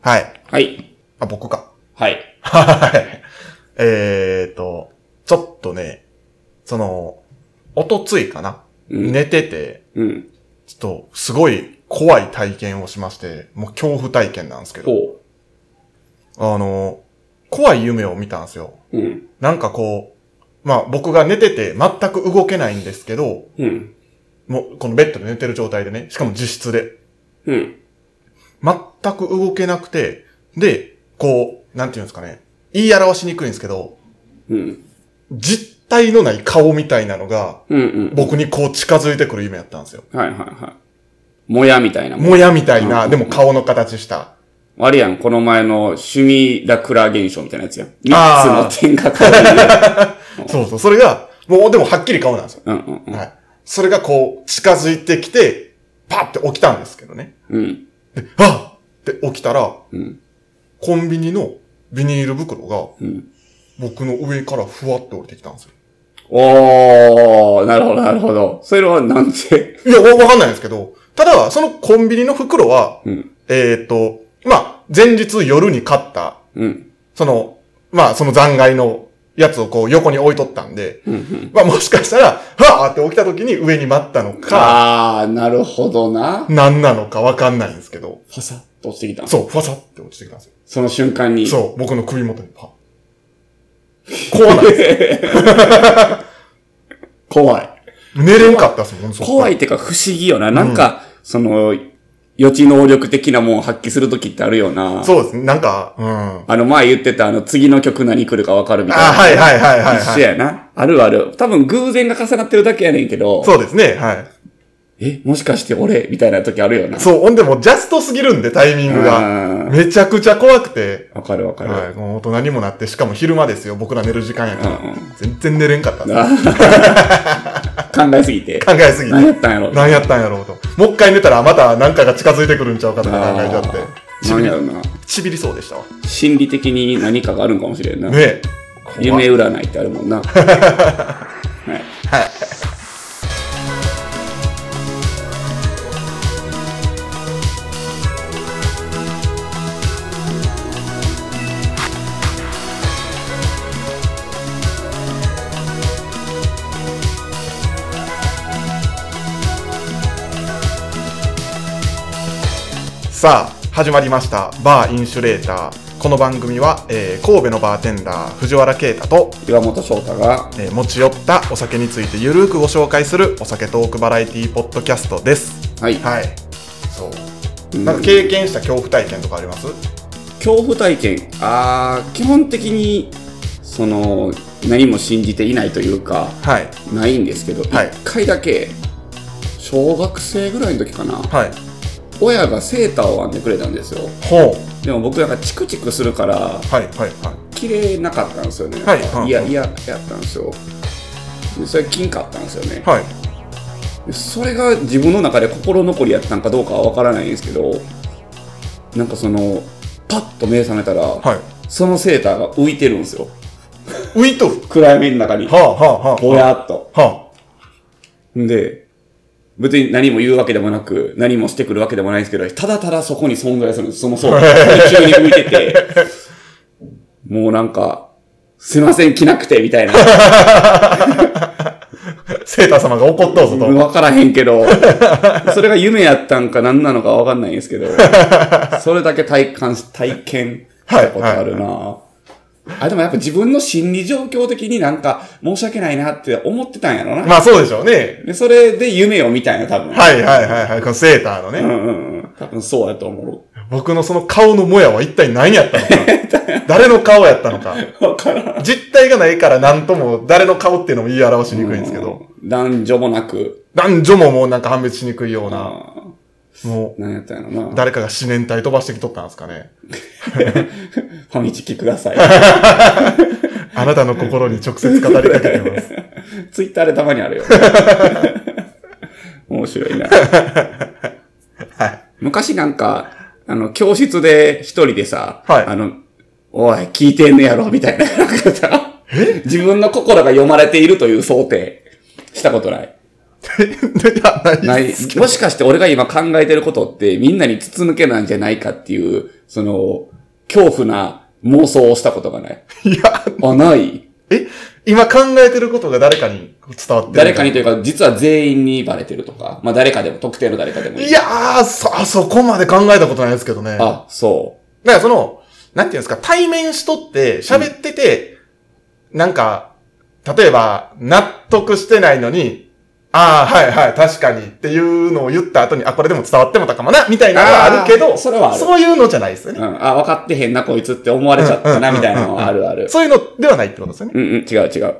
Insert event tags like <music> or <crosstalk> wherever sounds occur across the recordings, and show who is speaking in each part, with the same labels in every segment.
Speaker 1: はい。
Speaker 2: はい。
Speaker 1: あ、僕か。
Speaker 2: はい。
Speaker 1: はい。えーと、ちょっとね、その、おとついかな。
Speaker 2: うん。
Speaker 1: 寝てて、
Speaker 2: うん。
Speaker 1: ちょっと、すごい怖い体験をしまして、もう恐怖体験なんですけど、
Speaker 2: ほ
Speaker 1: あの、怖い夢を見たんですよ。
Speaker 2: う。うん。
Speaker 1: なんかこう、まあ僕が寝てて全く動けないんですけど、
Speaker 2: うん。
Speaker 1: もうこのベッドで寝てる状態でね、しかも自室で、
Speaker 2: うん。
Speaker 1: 全く動けなくて、で、こう、なんていうんですかね、言い表しにくいんですけど、
Speaker 2: うん。
Speaker 1: 実体のない顔みたいなのが、
Speaker 2: うん。うん。
Speaker 1: 僕にこう近づいてくる夢やったんですよ。
Speaker 2: はいはいはい。もやみたいなもん。
Speaker 1: もやみたいな、
Speaker 2: うん
Speaker 1: でも顔の形した。
Speaker 2: あれやん、この前の趣味ラクラ現象みたいなやつやん。
Speaker 1: あー
Speaker 2: 三つの点が変わる。
Speaker 1: そうそう、それが、もうでもはっきり顔なんですよ。
Speaker 2: うんうんうん。
Speaker 1: はい。それがこう、近づいてきて、パって起きたんですけどね。
Speaker 2: うん。
Speaker 1: で、はっって起きたら、
Speaker 2: うん。
Speaker 1: コンビニのビニール袋が
Speaker 2: うん。
Speaker 1: 僕の上からふわって降りてきたんですよ。
Speaker 2: おー、なるほどなるほど。それはなんて。
Speaker 1: いや、わわかんないんですけど、ただ、そのコンビニの袋は、
Speaker 2: うん。
Speaker 1: えっ、と、まあ、前日夜に買った、
Speaker 2: うん。
Speaker 1: その、まあ、その残骸のやつをこう横に置いとったんで、
Speaker 2: うんうん。
Speaker 1: まあ、もしかしたら、はーって起きた時に上に待ったのか、
Speaker 2: あー、なるほどな。
Speaker 1: 何なのかわかんないんですけど、
Speaker 2: ファサッと落ちてきた。
Speaker 1: そう、ふわさって落ちてきたんですよ。
Speaker 2: その瞬間に。
Speaker 1: そう、僕の首元にパッ。怖ない。<laughs>
Speaker 2: <laughs> 怖い。
Speaker 1: 寝れんかったっすもん、
Speaker 2: 怖
Speaker 1: い。
Speaker 2: いってか不思議よな。なんか、その、予知能力的なもん発揮するときってあるよな。
Speaker 1: そうですね、なんか、うん。
Speaker 2: あの前言ってたあの次の曲何来るかわかるみたいな。
Speaker 1: あはいはいはいはいはい
Speaker 2: 一緒やな。あるある。多分偶然が重なってるだけやねんけど、
Speaker 1: そうですね、はい。
Speaker 2: え、もしかして俺みたいな時あるよな。
Speaker 1: そう、ほんでもうジャストすぎるんで、タイミングが。
Speaker 2: うん
Speaker 1: めちゃくちゃ怖くて。
Speaker 2: わかるわかる。
Speaker 1: はい、もう大人にもなって、しかも昼間ですよ、僕ら寝る時間やから。
Speaker 2: うんうん
Speaker 1: 全然寝れんかったっす
Speaker 2: 考えすぎて。
Speaker 1: 考えすぎ
Speaker 2: 何や
Speaker 1: て。
Speaker 2: ったんやろ。
Speaker 1: 何やったんやろうと。もう一回寝たら、また何かが近づいてくるんちゃうかとか考えちゃって。
Speaker 2: 何やろな。
Speaker 1: ちびりそうでしたわ。
Speaker 2: 心理的に何かがあるんかもしれんな。
Speaker 1: ねえ。怖い
Speaker 2: 夢占いってあるもんな。はい
Speaker 1: さあ始まりましたバーインシュレーターこの番組は、えー神戸のバーテンダー藤原啓太と、
Speaker 2: 岩本翔太が
Speaker 1: えー持ち寄ったお酒についてゆるーくご紹介するお酒トークバラエティポッドキャストです
Speaker 2: はい。
Speaker 1: はいそうなんか経験した恐怖体験とかあります
Speaker 2: 恐怖体験。あー、基本的に、その、何も信じていないというか、
Speaker 1: はい
Speaker 2: ないんですけど、一、
Speaker 1: はい
Speaker 2: 回だけ、小学生ぐらいの時かな、
Speaker 1: はい
Speaker 2: 親がセーターを編んでくれたんですよ。
Speaker 1: ほ
Speaker 2: でも僕なんかチクチクするから、
Speaker 1: うはいはいはい
Speaker 2: 着れなかったんですよね。
Speaker 1: はい
Speaker 2: いや、いや、やったんですよ。でそれ金買ったんですよね、
Speaker 1: はい
Speaker 2: でそれが自分の中で心残りやったんかどうかはわからないんですけど、なんかその、パッと目覚めたら、
Speaker 1: はい
Speaker 2: そのセーターが浮いてるんですよ。
Speaker 1: 浮いとる
Speaker 2: 暗闇の中に、
Speaker 1: はあはあはあ
Speaker 2: ぼやっと。
Speaker 1: は
Speaker 2: んで、別に何も言うわけでもなく、何もしてくるわけでもないんですけど、ただただそこに存在するんです。その
Speaker 1: <laughs>
Speaker 2: そう。宇宙に浮いてて、もうなんか、すいません、来なくて、みたいな。
Speaker 1: あセーター様が怒っとうぞと、
Speaker 2: わからへん
Speaker 1: <laughs>
Speaker 2: けど、それが夢やったんか何なのかわかんないんですけど、それだけ体感し、体験したことあるな、あ、でもやっぱ自分の心理状況的になんか申し訳ないなって思ってたんやろな。
Speaker 1: <laughs> まあそうでしょうね
Speaker 2: で、それで夢を見たんや、多分。
Speaker 1: はいはいはいはいこのセーターのね、
Speaker 2: うんうんうん。多分そうやと思
Speaker 1: 僕のその顔のもやは一体何やった
Speaker 2: <laughs>
Speaker 1: のか誰の顔やったのか
Speaker 2: う。わからん。
Speaker 1: 実体がないから何とも誰の顔っていうのも言い表しにくいんですけど、
Speaker 2: うん。男女もなく。
Speaker 1: 男女ももうなんか判別しにくいような、
Speaker 2: ああ。
Speaker 1: も
Speaker 2: なんやったんやろ
Speaker 1: う
Speaker 2: な。
Speaker 1: 誰かが四年体飛ばしてきとったんですかね。
Speaker 2: ファミチキくだ <laughs> さい。
Speaker 1: あなたの心に直接語りかけて
Speaker 2: <laughs>
Speaker 1: ます。
Speaker 2: ツイッターでたまにある <laughs> よ。面白いな。昔なんか、あの、教室で一人でさ、
Speaker 1: はい
Speaker 2: あの、おい、聞いてんねやろ、みたいな。なんかさ <laughs> 自分の心が読まれているという想定したことない。
Speaker 1: いやない <laughs>
Speaker 2: ない。もしかして俺が今考えてることってみんなに筒抜けなんじゃないかっていう、その、恐怖な妄想をしたことがない。
Speaker 1: いや、
Speaker 2: あ、ない。
Speaker 1: え今考えてることが誰かに伝わってる
Speaker 2: 誰かにというか、実は全員にバレてるとか、まあ誰かでも、特定の誰かでもいい。
Speaker 1: いやー、そ、あそこまで考えたことないですけどね。だか
Speaker 2: あ、そ
Speaker 1: らその、なんていうんですか、対面しとって、喋ってて、なんか、例えば、納得してないのに、ああ、はいはい、確かにっていうのを言った後に、あ、これでも伝わってもたかもな、みたいなのはあるけ
Speaker 2: あ
Speaker 1: ど、
Speaker 2: ーそれはある
Speaker 1: そういうのじゃないですよ
Speaker 2: う。う
Speaker 1: ね。
Speaker 2: ん。あ、分かってへんな、こいつって思われちゃったな、みたいなのはあるある。
Speaker 1: そういうのではないってことですよね。
Speaker 2: うんうん、違う違う。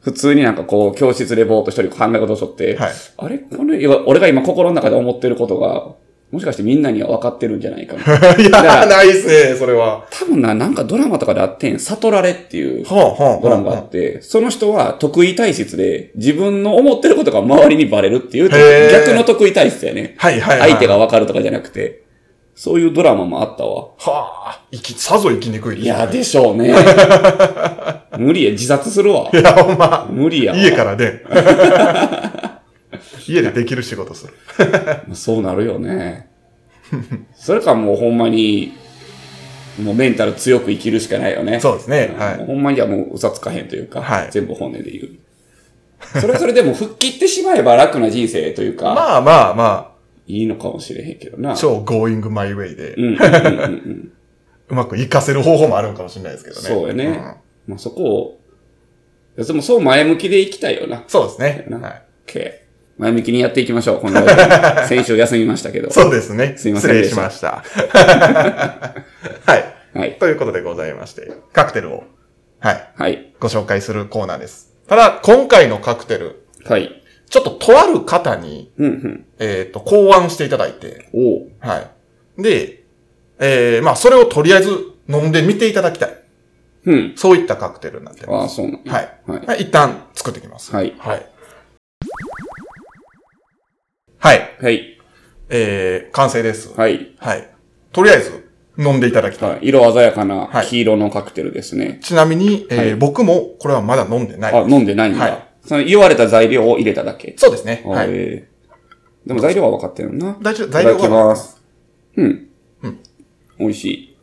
Speaker 2: 普通になんかこう、教室でぼーっと一人考え事をしとって、
Speaker 1: はい
Speaker 2: あれこれ、いや俺が今心の中で思ってることが、もしかしてみんなには分かってるんじゃないかみたいな。
Speaker 1: い
Speaker 2: だか
Speaker 1: や
Speaker 2: ら
Speaker 1: ー、 <laughs> ないですね、それは。
Speaker 2: 多分な、なんかドラマとかであってん、悟られっていう
Speaker 1: はあ、はあ、
Speaker 2: ドラマがあ
Speaker 1: は
Speaker 2: って、その人は得意体質で、自分の思ってることが周りにバレるっていう、
Speaker 1: へー
Speaker 2: 逆の得意体質やね。
Speaker 1: あ。はいはいはい。
Speaker 2: 相手が分かるとかじゃなくて、そういうドラマもあったわ。
Speaker 1: はあ、生き、さぞ生きにくいで
Speaker 2: い
Speaker 1: すね
Speaker 2: や、でしょうね。無理や、自殺するわ。
Speaker 1: いや、ほん
Speaker 2: <laughs>
Speaker 1: ま。
Speaker 2: 無理やわ。
Speaker 1: 家から
Speaker 2: <laughs>
Speaker 1: で。家でできる仕事する。
Speaker 2: そうなるよね。それかもうほんまに、もうメンタル強く生きるしかないよね。
Speaker 1: そうですね。
Speaker 2: ん
Speaker 1: はい。
Speaker 2: ほんまにはもう嘘つかへんというか、
Speaker 1: はい
Speaker 2: 全部本音で言う。それはそれでも吹っ切ってしまえば楽な人生というか、
Speaker 1: <laughs> まあまあま
Speaker 2: いいのかもしれへんけどな。
Speaker 1: あ、超 going my way で
Speaker 2: う、ん。うんうんうんうん。
Speaker 1: うまく活かせる方法もあるんかもしれないですけどね。
Speaker 2: そうよね
Speaker 1: ん
Speaker 2: まあそこを、いやでもそう前向きでいきたいよな。
Speaker 1: そうですね。
Speaker 2: な
Speaker 1: はい。
Speaker 2: OK。前向きにやっていきましょう。こ
Speaker 1: <laughs>
Speaker 2: の間先週休みましたけど。
Speaker 1: そうですね。
Speaker 2: すいま
Speaker 1: 失
Speaker 2: せん
Speaker 1: 礼
Speaker 2: で
Speaker 1: し
Speaker 2: した
Speaker 1: ました。 <laughs> はい。
Speaker 2: はい。
Speaker 1: ということでございまして、カクテルを、はい、
Speaker 2: はい。
Speaker 1: ご紹介するコーナーです。ただ、今回のカクテル、
Speaker 2: はい。
Speaker 1: ちょっととある方に、
Speaker 2: うんうん。
Speaker 1: えっ、と、考案していただいて、
Speaker 2: おう。
Speaker 1: はい。で、えー、まあ、それをとりあえず飲んでみていただきたい。
Speaker 2: うん。
Speaker 1: そういったカクテルになって
Speaker 2: あ
Speaker 1: ま
Speaker 2: あ、
Speaker 1: す。
Speaker 2: そうなんや
Speaker 1: はい。
Speaker 2: はい。
Speaker 1: はい、一旦作ってきます。
Speaker 2: はい。
Speaker 1: はい。はい。
Speaker 2: はい。
Speaker 1: えー、完成です。はい。
Speaker 2: はい。
Speaker 1: とりあえず、飲んでいただきたい。
Speaker 2: はい色鮮やかな
Speaker 1: はい
Speaker 2: 黄色のカクテルですね。
Speaker 1: ちなみに、えー
Speaker 2: はい
Speaker 1: 僕もこれはまだ飲んでない。
Speaker 2: あ、飲んでないんだ。
Speaker 1: はい
Speaker 2: その言われた材料を入れただけ。
Speaker 1: そうですね。はい。
Speaker 2: えーでも材料は分かってるな。
Speaker 1: 大丈夫、材料
Speaker 2: いただき
Speaker 1: は。
Speaker 2: ます。うん。
Speaker 1: うん。
Speaker 2: 美味しい。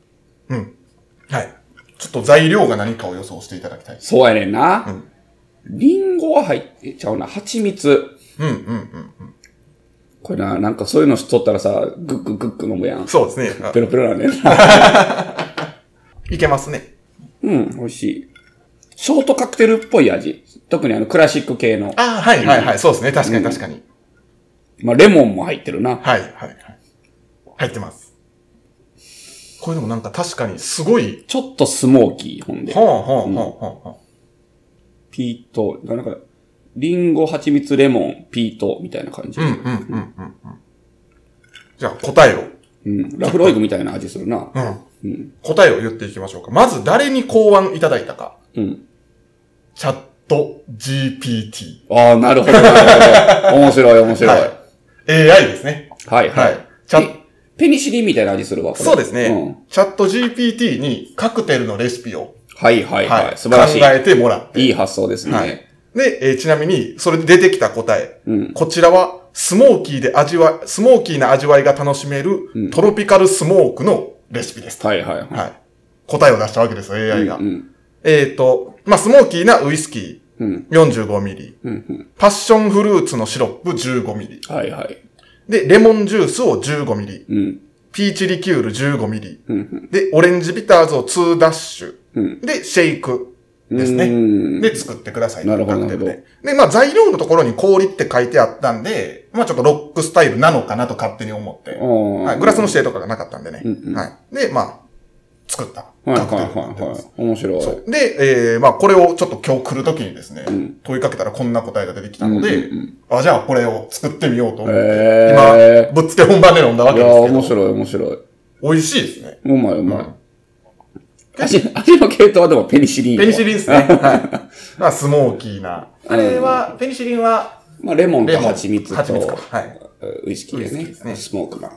Speaker 1: はい。ちょっと材料が何かを予想していただきたい。
Speaker 2: そうやねんな。
Speaker 1: うん
Speaker 2: リンゴは入ってちゃうな。蜂蜜。
Speaker 1: うん、うん、うん。
Speaker 2: これな、なんかそういうのしとったらさ、グッググッグ飲むやん。
Speaker 1: そうですね。
Speaker 2: <laughs>
Speaker 1: あ
Speaker 2: ペロペロなんだよな。
Speaker 1: いけますね。
Speaker 2: うん、美味しい。ショートカクテルっぽい味。特にあのクラシック系の。
Speaker 1: ああ、はい、はい、はい。そうですね。確かに、確かに。
Speaker 2: まあ、レモンも入ってるな。
Speaker 1: はい、はい、はい。入ってます。これでもなんか確かにすごい、
Speaker 2: ちょっとスモーキー、ほんで。
Speaker 1: ほんほんほんほんほん。
Speaker 2: ピート、なんか、リンゴ、蜂蜜、レモン、ピート、みたいな感じ。
Speaker 1: うんうんうんうんうん。じゃあ答えを、
Speaker 2: うんラフロイグみたいな味するな。
Speaker 1: うん答えを言っていきましょうか。まず誰に考案いただいたか。
Speaker 2: うん。
Speaker 1: チャット GPT。
Speaker 2: ああ、
Speaker 1: <laughs>
Speaker 2: なるほど、なるほど。面白い、面白い。
Speaker 1: はい AI ですね。
Speaker 2: はい、は
Speaker 1: はいい。。チャ
Speaker 2: ペペニシリンみたいな味するわ、これ
Speaker 1: そうですね、
Speaker 2: うん。
Speaker 1: チャット GPT にカクテルのレシピを、
Speaker 2: はい、はい、
Speaker 1: は、
Speaker 2: はいい。素晴らし
Speaker 1: 考えてもらって。
Speaker 2: い。いい発想です
Speaker 1: はい
Speaker 2: ね。
Speaker 1: で、えーちなみに、それで出てきた答え。
Speaker 2: うん
Speaker 1: こちらは、スモーキーで味わい、スモーキーな味わいが楽しめる、
Speaker 2: うん
Speaker 1: トロピカルスモークのレシピです。
Speaker 2: はい、はい、は
Speaker 1: はい。答えを出したわけですよ、
Speaker 2: い。う
Speaker 1: AI
Speaker 2: ん
Speaker 1: が。
Speaker 2: うん、
Speaker 1: えっ、と、まあ、スモーキーなウイスキ
Speaker 2: うん、
Speaker 1: ー45ミリ、
Speaker 2: うんうん。
Speaker 1: パッションフルーツのシロップ15ミリ、
Speaker 2: はい、はい。
Speaker 1: で、レモンジュースを15ミリ、
Speaker 2: うん、
Speaker 1: ピーチリキュール15ミリ、
Speaker 2: うん、うん
Speaker 1: で、オレンジビターズを2ダッシュ、
Speaker 2: うん。
Speaker 1: で、シェイクです
Speaker 2: う
Speaker 1: ね。
Speaker 2: ん
Speaker 1: で、作ってくださいと。
Speaker 2: なるほど
Speaker 1: カクテル
Speaker 2: なる
Speaker 1: で。で、まあ、材料のところに氷って書いてあったんで、まあ、ちょっとロックスタイルなのかなと勝手に思って、
Speaker 2: あ
Speaker 1: は
Speaker 2: あ
Speaker 1: い、グラスの指定とかがなかったんでね。
Speaker 2: うんうん
Speaker 1: はい。で、まあ、作った
Speaker 2: はい、は
Speaker 1: カ
Speaker 2: い、
Speaker 1: クテルになってます。
Speaker 2: はい、はい。面白い。
Speaker 1: そう。で、えー、まあ、これをちょっと今日来るときにですね、
Speaker 2: ん
Speaker 1: 問いかけたらこんな答えが出てきたので、
Speaker 2: うんうん
Speaker 1: あ、じゃあこれを作ってみようと思って、
Speaker 2: へー
Speaker 1: 今、ぶっつけ本番で飲んだわ
Speaker 2: い
Speaker 1: け
Speaker 2: やー、
Speaker 1: で
Speaker 2: 面
Speaker 1: すけど、
Speaker 2: 白い、面白い。
Speaker 1: 美味しいですね。
Speaker 2: うまい、うまい。味、味の系統はでもペニシリン。
Speaker 1: ペニシリン
Speaker 2: <laughs>
Speaker 1: ですね。はい。まあ、スモーキーな。あれは、ペニシリンは、
Speaker 2: まあ、レモン
Speaker 1: レ
Speaker 2: と
Speaker 1: モン
Speaker 2: 蜂蜜と、
Speaker 1: 蜂蜜かはい
Speaker 2: ウイスキーで
Speaker 1: ウイスキ
Speaker 2: ね
Speaker 1: ーですね
Speaker 2: スモークな。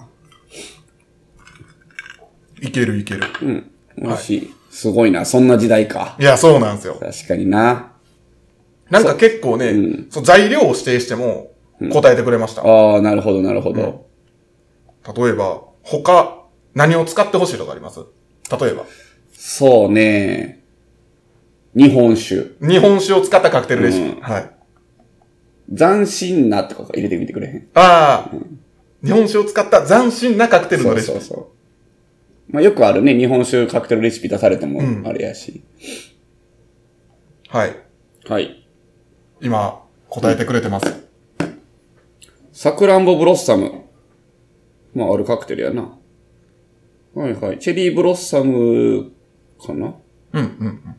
Speaker 1: いけるいける。
Speaker 2: うん。美味しい,、すごいな、そんな時代か。
Speaker 1: いや、そうなんですよ。
Speaker 2: 確かにな。
Speaker 1: なんか結構ね、そう材料を指定しても答えてくれました。
Speaker 2: ああ、なるほど、なるほど。
Speaker 1: 例えば、他、何を使ってほしいとかあります例えば。
Speaker 2: そうね。日本酒。
Speaker 1: 日本酒を使ったカクテルレシピ。
Speaker 2: うん
Speaker 1: はい。
Speaker 2: 斬新なとか入れてみてくれへん。
Speaker 1: ああ、日本酒を使った斬新なカクテル
Speaker 2: そ
Speaker 1: の
Speaker 2: う
Speaker 1: レシピ。
Speaker 2: そうそう。まあよくあるね、日本酒カクテルレシピ出されても
Speaker 1: うん
Speaker 2: あれやし。
Speaker 1: はい。
Speaker 2: はい。
Speaker 1: 今、答えてくれてます。
Speaker 2: サクランボブロッサム。まああるカクテルやな。はいはい。チェリーブロッサムかな
Speaker 1: うん、うん、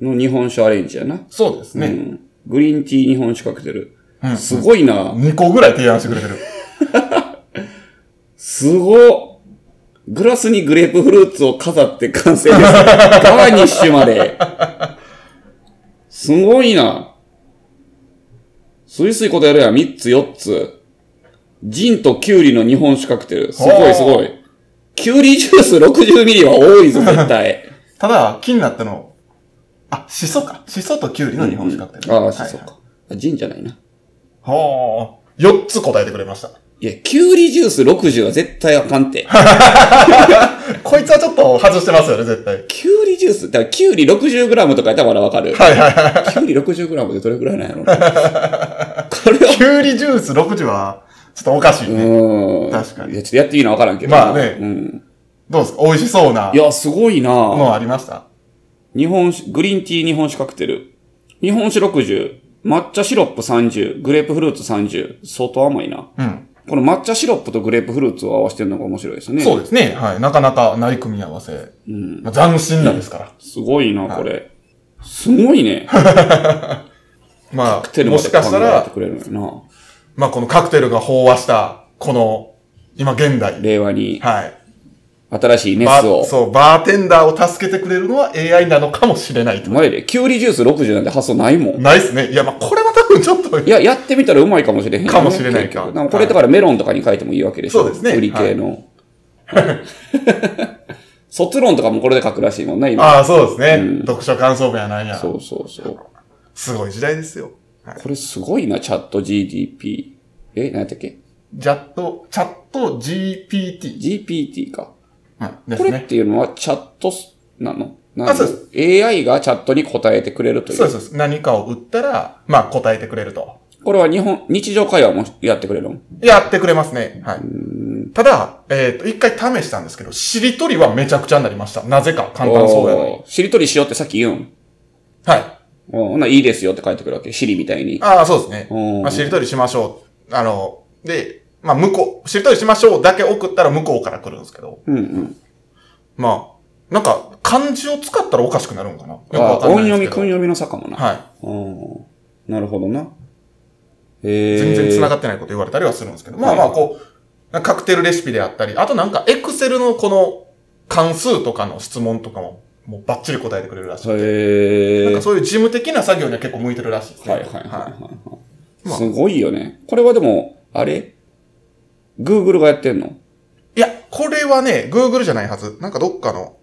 Speaker 1: うん。
Speaker 2: の日本酒アレンジやな。
Speaker 1: そうです
Speaker 2: う
Speaker 1: ね。
Speaker 2: ん。グリーンティー日本酒カクテル。
Speaker 1: うん
Speaker 2: すごいな。
Speaker 1: 2個ぐらい提案してくれてる。
Speaker 2: すごっグラスにグレープフルーツを飾って完成です。ガーニッシュまで。すごいな。スイスイことやるやん。3つ4つ。ジンとキュウリの日本酒カクテル。すごいすごい。キュウリジュース60ミリは多いぞ、絶対。
Speaker 1: ただ、気になったの、あ、シソか。シソとキュウリの <laughs> 日本酒カクテル。
Speaker 2: ああ、そう
Speaker 1: はい
Speaker 2: か。あジンじゃないな。
Speaker 1: ほう。4つ答えてくれました。
Speaker 2: いや、キュウリジュース60は絶対あかんて。
Speaker 1: こいつはちょっと外してますよね、絶対。
Speaker 2: キュウリジュース、だからキュウリ60グラムとかやったらまだわかる。
Speaker 1: はいはいはい。
Speaker 2: キュウリ60グラムでどれくらいなん
Speaker 1: <laughs>
Speaker 2: やろうなこ <laughs> れは
Speaker 1: キュウリジュース60は、ちょっとおかしいね。
Speaker 2: うん。
Speaker 1: 確かに
Speaker 2: いや、ちょっとやっていいのわからんけど。
Speaker 1: まあね
Speaker 2: うん。
Speaker 1: どうですか美味しそうない
Speaker 2: や、すごいな
Speaker 1: ものありました
Speaker 2: 日本酒、グリーンティー日本酒カクテル。日本酒60。抹茶シロップ30。グレープフルーツ30。相当甘いな。
Speaker 1: うん。
Speaker 2: この抹茶シロップとグレープフルーツを合わせてるのが面白いです <laughs> ね。
Speaker 1: そうですね。はい。なかなかない組み合わせ。うん。まあ、斬新なんですから。
Speaker 2: すごいな、これ。すごいね。
Speaker 1: ま
Speaker 2: カク
Speaker 1: あ、
Speaker 2: テル
Speaker 1: も
Speaker 2: まで
Speaker 1: しかした
Speaker 2: 考えて
Speaker 1: ら、
Speaker 2: くれるのよ
Speaker 1: まあこのカクテルが飽和した、この、今現
Speaker 2: な。
Speaker 1: 代。
Speaker 2: 令和に
Speaker 1: はい。
Speaker 2: 新しい
Speaker 1: バ
Speaker 2: 熱を。
Speaker 1: そう、バーテンダーを助けてくれるのは AI なのかもしれないと。
Speaker 2: マジで、キュウリジュース60なんて発想ないもん。
Speaker 1: ないっすね。いや、まあこれは多分ちょっと、
Speaker 2: いや、やってみたらうまいかもしれへんよね、
Speaker 1: かもしれないか
Speaker 2: 結局んこれだからメロンとかに書いてもいいわけでしょ。
Speaker 1: そうですね
Speaker 2: 売り系の。卒論とかもこれで書くらしいもんね、今。
Speaker 1: ああ、そうですね。読書感想文やなんや。
Speaker 2: そうそうそう。
Speaker 1: すごい時代ですよ。はい。
Speaker 2: これすごいな、チャット GDP。え、何やったっけ
Speaker 1: チャット、チャット GPT。
Speaker 2: ?GPT か。
Speaker 1: うん。で
Speaker 2: こ
Speaker 1: す
Speaker 2: れっ
Speaker 1: ね。
Speaker 2: ていうのはチャットスなのなん
Speaker 1: あそう
Speaker 2: AI がチャットに答えてくれるとい
Speaker 1: そう
Speaker 2: う。
Speaker 1: です。何かを打ったら、まあ答えてくれると。
Speaker 2: これは日本、日常会話もやってくれるの
Speaker 1: やってくれますね。はい。ただ、えっ、と、一回試したんですけど、しりとりはめちゃくちゃになりました。なぜか簡単そうやのに。
Speaker 2: おーしりとりしようってさっき言うん。
Speaker 1: はい。
Speaker 2: おーほな、いいですよって書いてくるわけ。シリみたいに。
Speaker 1: ああ、そうです
Speaker 2: お
Speaker 1: ね
Speaker 2: ー。
Speaker 1: まあ、しりとりしましょう。あの、で、まあ、向こう、しりとりしましょうだけ送ったら向こうから来るんですけど、
Speaker 2: うんうん。
Speaker 1: まあ、なんか、漢字を使ったらおかしくなるんかなよく
Speaker 2: あ
Speaker 1: わかん
Speaker 2: 音
Speaker 1: ないで
Speaker 2: 読
Speaker 1: す
Speaker 2: み、
Speaker 1: けど。
Speaker 2: 訓読みの差かもな。
Speaker 1: は
Speaker 2: うんなるほどな。
Speaker 1: い。
Speaker 2: えー、
Speaker 1: 全然繋がってないこと言われたりはするんですけど、まあまあ、こう、なんかカクテルレシピであったり、あとなんか、エクセルのこの、関数とかの質問とかも、もうバッチリ答えてくれるらしい。
Speaker 2: え
Speaker 1: なん
Speaker 2: ー
Speaker 1: か、そういう事務的な作業には結構向いてるらしいですね。
Speaker 2: はいはいはいはい、
Speaker 1: まあ
Speaker 2: すごいよね。これはでも、あれ ?Google がやってんの
Speaker 1: い。いや、これはね、Google じゃないはず。なんかどっかの。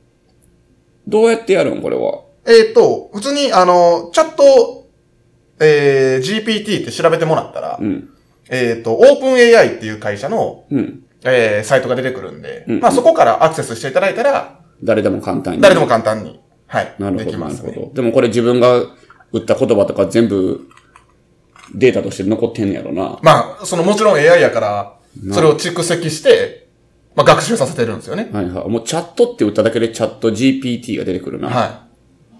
Speaker 2: どうやってやるんこれは。
Speaker 1: えっ、と、普通に、あの、チャット、えー、GPT って調べてもらったら、
Speaker 2: うん。
Speaker 1: えっ、と、OpenAI っていう会社の、
Speaker 2: うん。
Speaker 1: えー、サイトが出てくるんで、
Speaker 2: うん
Speaker 1: まあそこからアクセスしていただいたら、
Speaker 2: 誰でも簡単に。
Speaker 1: 誰でも簡単に、はい、
Speaker 2: なる
Speaker 1: で
Speaker 2: ほ
Speaker 1: き
Speaker 2: ど、
Speaker 1: ま
Speaker 2: なる
Speaker 1: す
Speaker 2: ほ
Speaker 1: ね。
Speaker 2: ど。でもこれ自分が打った言葉とか全部データとして残ってんねやろな。
Speaker 1: まあ、そのもちろん AI やから、それを蓄積して、まあ学習させてるんですよね。
Speaker 2: はいはい。もうチャットって打っただけでチャット GPT が出てくるな。
Speaker 1: はい。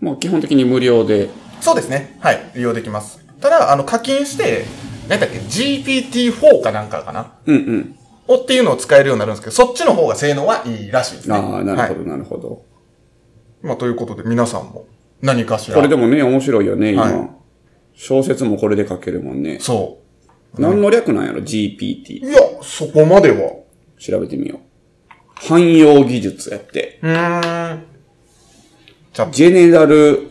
Speaker 2: もう基本的に無料で。
Speaker 1: そうですね。はい。利用できます。ただ、あの、課金して、何だっけ、GPT-4 かなんかかな
Speaker 2: うんうん。
Speaker 1: をっていうのを使えるようになるんですけど、そっちの方が性能はいいらしいですね。
Speaker 2: ああ、なる
Speaker 1: は
Speaker 2: ほど、なるほど。
Speaker 1: い、まあ、ということで、皆さんも何かしら。
Speaker 2: これでもね、面白いよね、今。
Speaker 1: はい
Speaker 2: 小説もこれで書けるもんね。
Speaker 1: そ
Speaker 2: 何の略なんやろ ?GPT
Speaker 1: う。。いや、そこまでは。
Speaker 2: 調べてみよう。汎用技術やって。
Speaker 1: うーん。チャット。
Speaker 2: ジェネラル、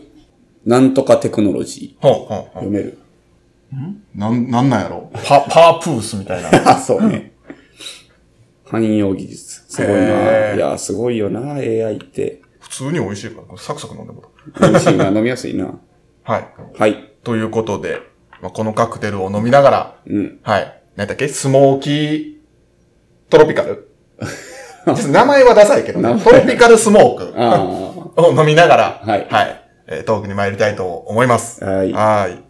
Speaker 2: なんとかテクノロジ
Speaker 1: ほんほんほ
Speaker 2: ー。
Speaker 1: ん。
Speaker 2: 読
Speaker 1: <laughs>
Speaker 2: める。
Speaker 1: なん、なんなんやろパ、パープースみたいな。 <laughs>
Speaker 2: あ、そうね。汎用技術。すごい
Speaker 1: へ
Speaker 2: な。
Speaker 1: ー
Speaker 2: いや、すごいよな、AI って。
Speaker 1: 普通に美味しいから、これサクサク飲んでもらう
Speaker 2: 美味しいな、飲みやすいな。
Speaker 1: はい。
Speaker 2: はい。
Speaker 1: ということで、まあ、このカクテルを飲みながら、
Speaker 2: うん。 <laughs>
Speaker 1: はい。何だっけスモーキー、トロピカル実は名前はダサいけど
Speaker 2: 名
Speaker 1: ね。
Speaker 2: 前
Speaker 1: トロピカルスモー
Speaker 2: あ
Speaker 1: クを飲みながら、
Speaker 2: あ。はい。
Speaker 1: はい、えートークに参りたいと思います。 <laughs>
Speaker 2: はい。
Speaker 1: はい。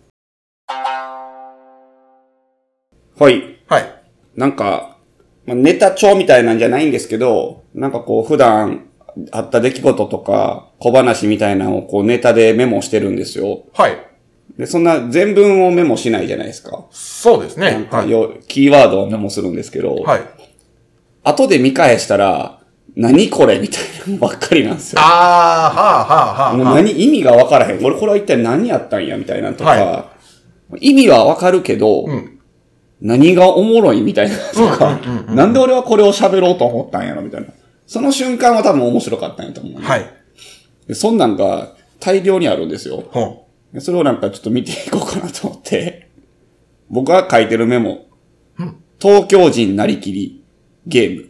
Speaker 2: はい。
Speaker 1: はい。
Speaker 2: なんか、まあ、ネタ帳みたいなんじゃないんですけど、なんかこう普段あった出来事とか小話みたいなのをこうネタでメモしてるんですよ。
Speaker 1: はい。
Speaker 2: で、そんな全文をメモしないじゃないですか。
Speaker 1: そうです
Speaker 2: なん
Speaker 1: ね。は
Speaker 2: か
Speaker 1: い。
Speaker 2: よ、キーワードをメモするんですけど、
Speaker 1: はい。
Speaker 2: 後で見返したら、何これみたいなのばっかりなんですよ。
Speaker 1: あー、はあ、はあ、
Speaker 2: もう
Speaker 1: はあ、は
Speaker 2: 何意味がわからへん。俺これは一体何やったんやみたいなのとか、
Speaker 1: は
Speaker 2: 意味はわかるけど、
Speaker 1: ん
Speaker 2: 何がおもろいみたいなのとか、
Speaker 1: うんうんうん
Speaker 2: なんで俺はこれを喋ろうと思ったんやろみたいな。その瞬間は多分面白かったんやと思う、
Speaker 1: あ。はい。
Speaker 2: でそんなんが大量にあるんですよ。
Speaker 1: ほ
Speaker 2: でそれをなんかちょっと見ていこうかなと思って、 <laughs> 僕が書いてるメモ、東京人なりきりゲーム。
Speaker 1: う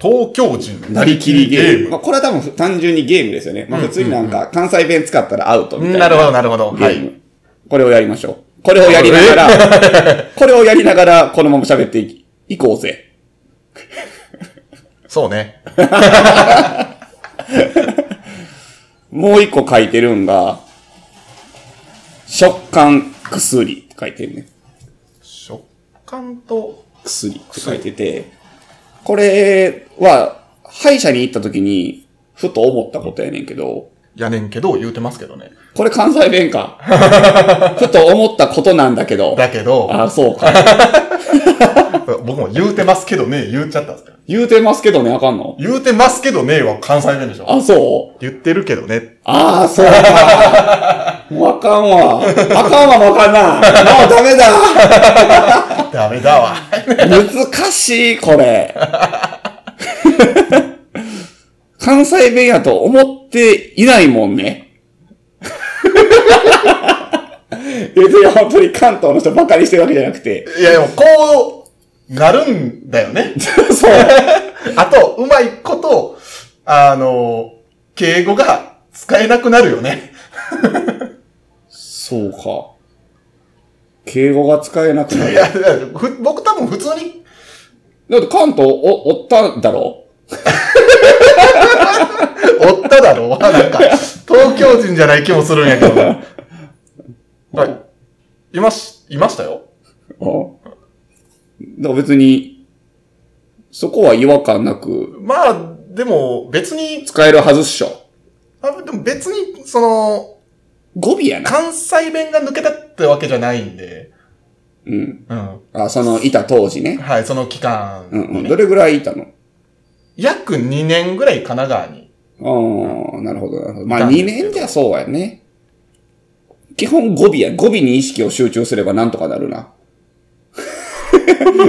Speaker 1: 東京人。
Speaker 2: なりきりゲーム。
Speaker 1: ム。
Speaker 2: まあ、これは多分単純にゲームですよね。まあ、普通になんか関西弁使ったらアウトみたいな。
Speaker 1: なるほど、なるほど。
Speaker 2: ゲ
Speaker 1: は
Speaker 2: ー
Speaker 1: い。
Speaker 2: ム。これをやりましょう。これをやりなが <laughs> ら、これをやりながらこのまま喋っていいこうぜ。
Speaker 1: そうね。
Speaker 2: もう一個書いてるんが、食感薬って書いてるね。
Speaker 1: 食感と、
Speaker 2: 薬って書いてて、これは、歯医者に行った時に、ふと思ったことやねんけど、
Speaker 1: やねんけど、言うてますけどね。
Speaker 2: これ関西弁 <laughs> か。ふと思ったことなんだけど。
Speaker 1: だけど、
Speaker 2: あ、そうか。
Speaker 1: 僕も言うてますけどね、言うちゃったんですから。
Speaker 2: 言うてますけどね、あかんの。
Speaker 1: 言うてますけどねは関西弁でしょ。
Speaker 2: あ、そう
Speaker 1: 言ってるけどね。
Speaker 2: ああ、そうか。 <laughs> もうあかんわ。あかんわ、もうあかんな。もうダメだ。
Speaker 1: ダメだわ。
Speaker 2: 難しい、これ。関西弁やと思っていないもん <laughs> ね。別に本当に関東の人ばかりしてるわけじゃなくて。
Speaker 1: いやでも、こう、なるんだよね。
Speaker 2: そう。
Speaker 1: あと、うまいこと、あの、敬語が使えなくなるよね。
Speaker 2: そうか。敬語が使えなくないる。
Speaker 1: や、いやふ僕多分普通に、
Speaker 2: だって関東お、おったんだろ
Speaker 1: おっただろうわなんか、東京人じゃない気もするんやけど。はい。いまし、いましたよ。
Speaker 2: あだから別に、そこは違和感なく
Speaker 1: まあ、でも、別に、
Speaker 2: 使えるはずっしょ。
Speaker 1: あでも別に、その、
Speaker 2: 語尾やな。
Speaker 1: 関西弁が抜けたってわけじゃないんで、
Speaker 2: うん。
Speaker 1: うん。
Speaker 2: あ、その、いた当時ね。
Speaker 1: はい、その期間、
Speaker 2: うんうん。どれぐらいいたの
Speaker 1: 約2年ぐらい神奈川に。
Speaker 2: ああ、なるほど、なるほど。ま
Speaker 1: いた
Speaker 2: あ
Speaker 1: んで
Speaker 2: 2
Speaker 1: すけど
Speaker 2: 年じゃそうやね。基本語尾や。語尾に意識を集中すればなんとかなるな。 <laughs>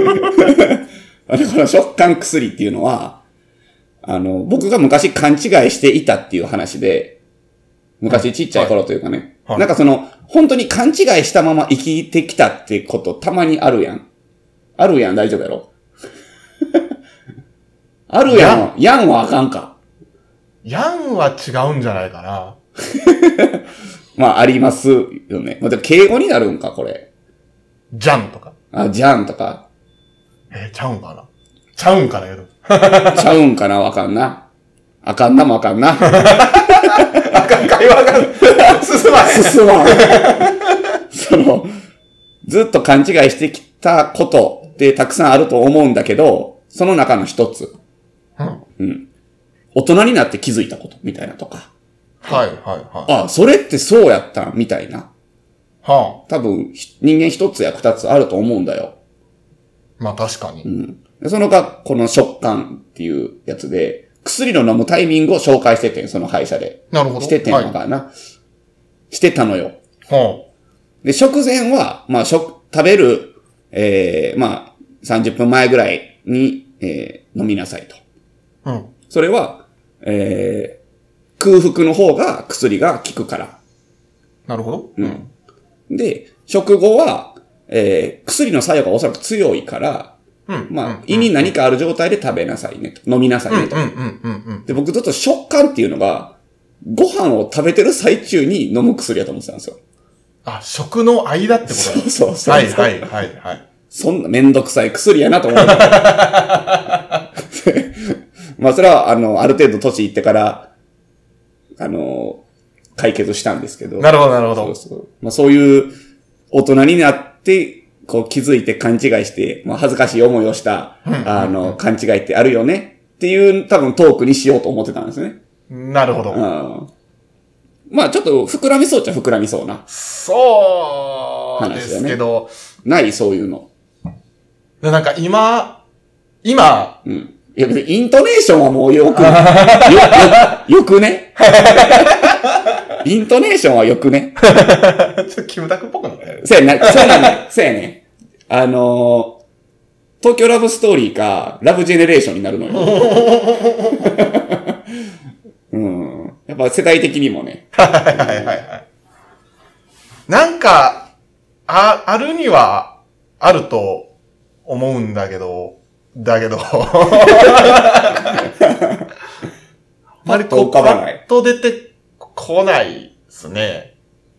Speaker 2: あの、この食感薬っていうのは、あの、僕が昔勘違いしていたっていう話で、昔ちっちゃい頃というかね。
Speaker 1: はい
Speaker 2: なんかその、本当に勘違いしたまま生きてきたってことたまにあるやん。あるやん、大丈夫や
Speaker 1: <laughs>
Speaker 2: ろ。あるやん。やんはあかんか。
Speaker 1: ヤンは違うんじゃないかな。
Speaker 2: まあ、ありますよね。まあ、でも敬語になるんか、これ。
Speaker 1: じゃんとか。
Speaker 2: あ、じゃんとか、
Speaker 1: えーちゃうんかな。ちゃうんかなけど。
Speaker 2: ちゃうんかな、わかんな。あかんなもあかんな。
Speaker 1: あかん、会話が進まへん。
Speaker 2: 進まん。その、ずっと勘違いしてきたことってたくさんあると思うんだけど、その中の一つ。
Speaker 1: うん
Speaker 2: 大人になって気づいたこと、みたいなとか。
Speaker 1: はい、はい、はい。
Speaker 2: あ、それってそうやったん、みたいな。
Speaker 1: は
Speaker 2: 多分、ひ人間一つや二つあると思うんだよ。
Speaker 1: あ。まあ確かに。
Speaker 2: でそのが、この食感っていうやつで、薬の飲むタイミングを紹介しててん、その歯医者で。
Speaker 1: なるほど。
Speaker 2: しててん
Speaker 1: はい。
Speaker 2: のかな、してたのよ。
Speaker 1: は
Speaker 2: で、食前は、まあ、食、食べる、ええまあ、30分前ぐらいに、えー飲みなさいと。
Speaker 1: あ。うん。
Speaker 2: それは、えー、空腹の方が薬が効くから。
Speaker 1: なるほど。
Speaker 2: うん。で、食後は、えー、薬の作用がおそらく強いから、
Speaker 1: うん。
Speaker 2: まあ、胃に何かある状態で食べなさいねと。飲みなさいねと。
Speaker 1: うん、うん、うん、うん。
Speaker 2: で、僕ずっと食感っていうのが、ご飯を食べてる最中に飲む薬やと思ってたんですよ。
Speaker 1: あ、食の間ってことだ
Speaker 2: そうそうそう。
Speaker 1: はい、はい、はい、はい。
Speaker 2: そんなめんどくさい薬やなと思ってた。 <laughs> まあそれは、あの、ある程度土地行ってから、あの、解決したんですけど。
Speaker 1: なるほど、なるほ
Speaker 2: そう
Speaker 1: ど。
Speaker 2: そう。まあそういう大人になって、こう気づいて勘違いして、まあ恥ずかしい思いをした、あの、勘違いってあるよねっていう多分トークにしようと思ってたんですね。
Speaker 1: なるほど。
Speaker 2: うん。まあちょっと膨らみそうっちゃ膨らみそうな。
Speaker 1: そうですけど、
Speaker 2: ないそういうの。
Speaker 1: でなんか今、
Speaker 2: <laughs>
Speaker 1: 今、
Speaker 2: うん。いや別にイントネーションはもうよく、よ、よ、よくね。イントネーションはよくね。
Speaker 1: ちょっとキムタクっぽくなったよね
Speaker 2: そうやな、そうやね。そうやね。あのー、東京ラブストーリーか、ラブジェネレーションになるのよ。うん。やっぱ世代的にもね。
Speaker 1: はいはいはいはい。なんか、あ、あるには、あると思うんだけど、だけ
Speaker 2: <laughs>
Speaker 1: ど。あまりこう、
Speaker 2: パッと浮かばない
Speaker 1: パッと出てこないですね。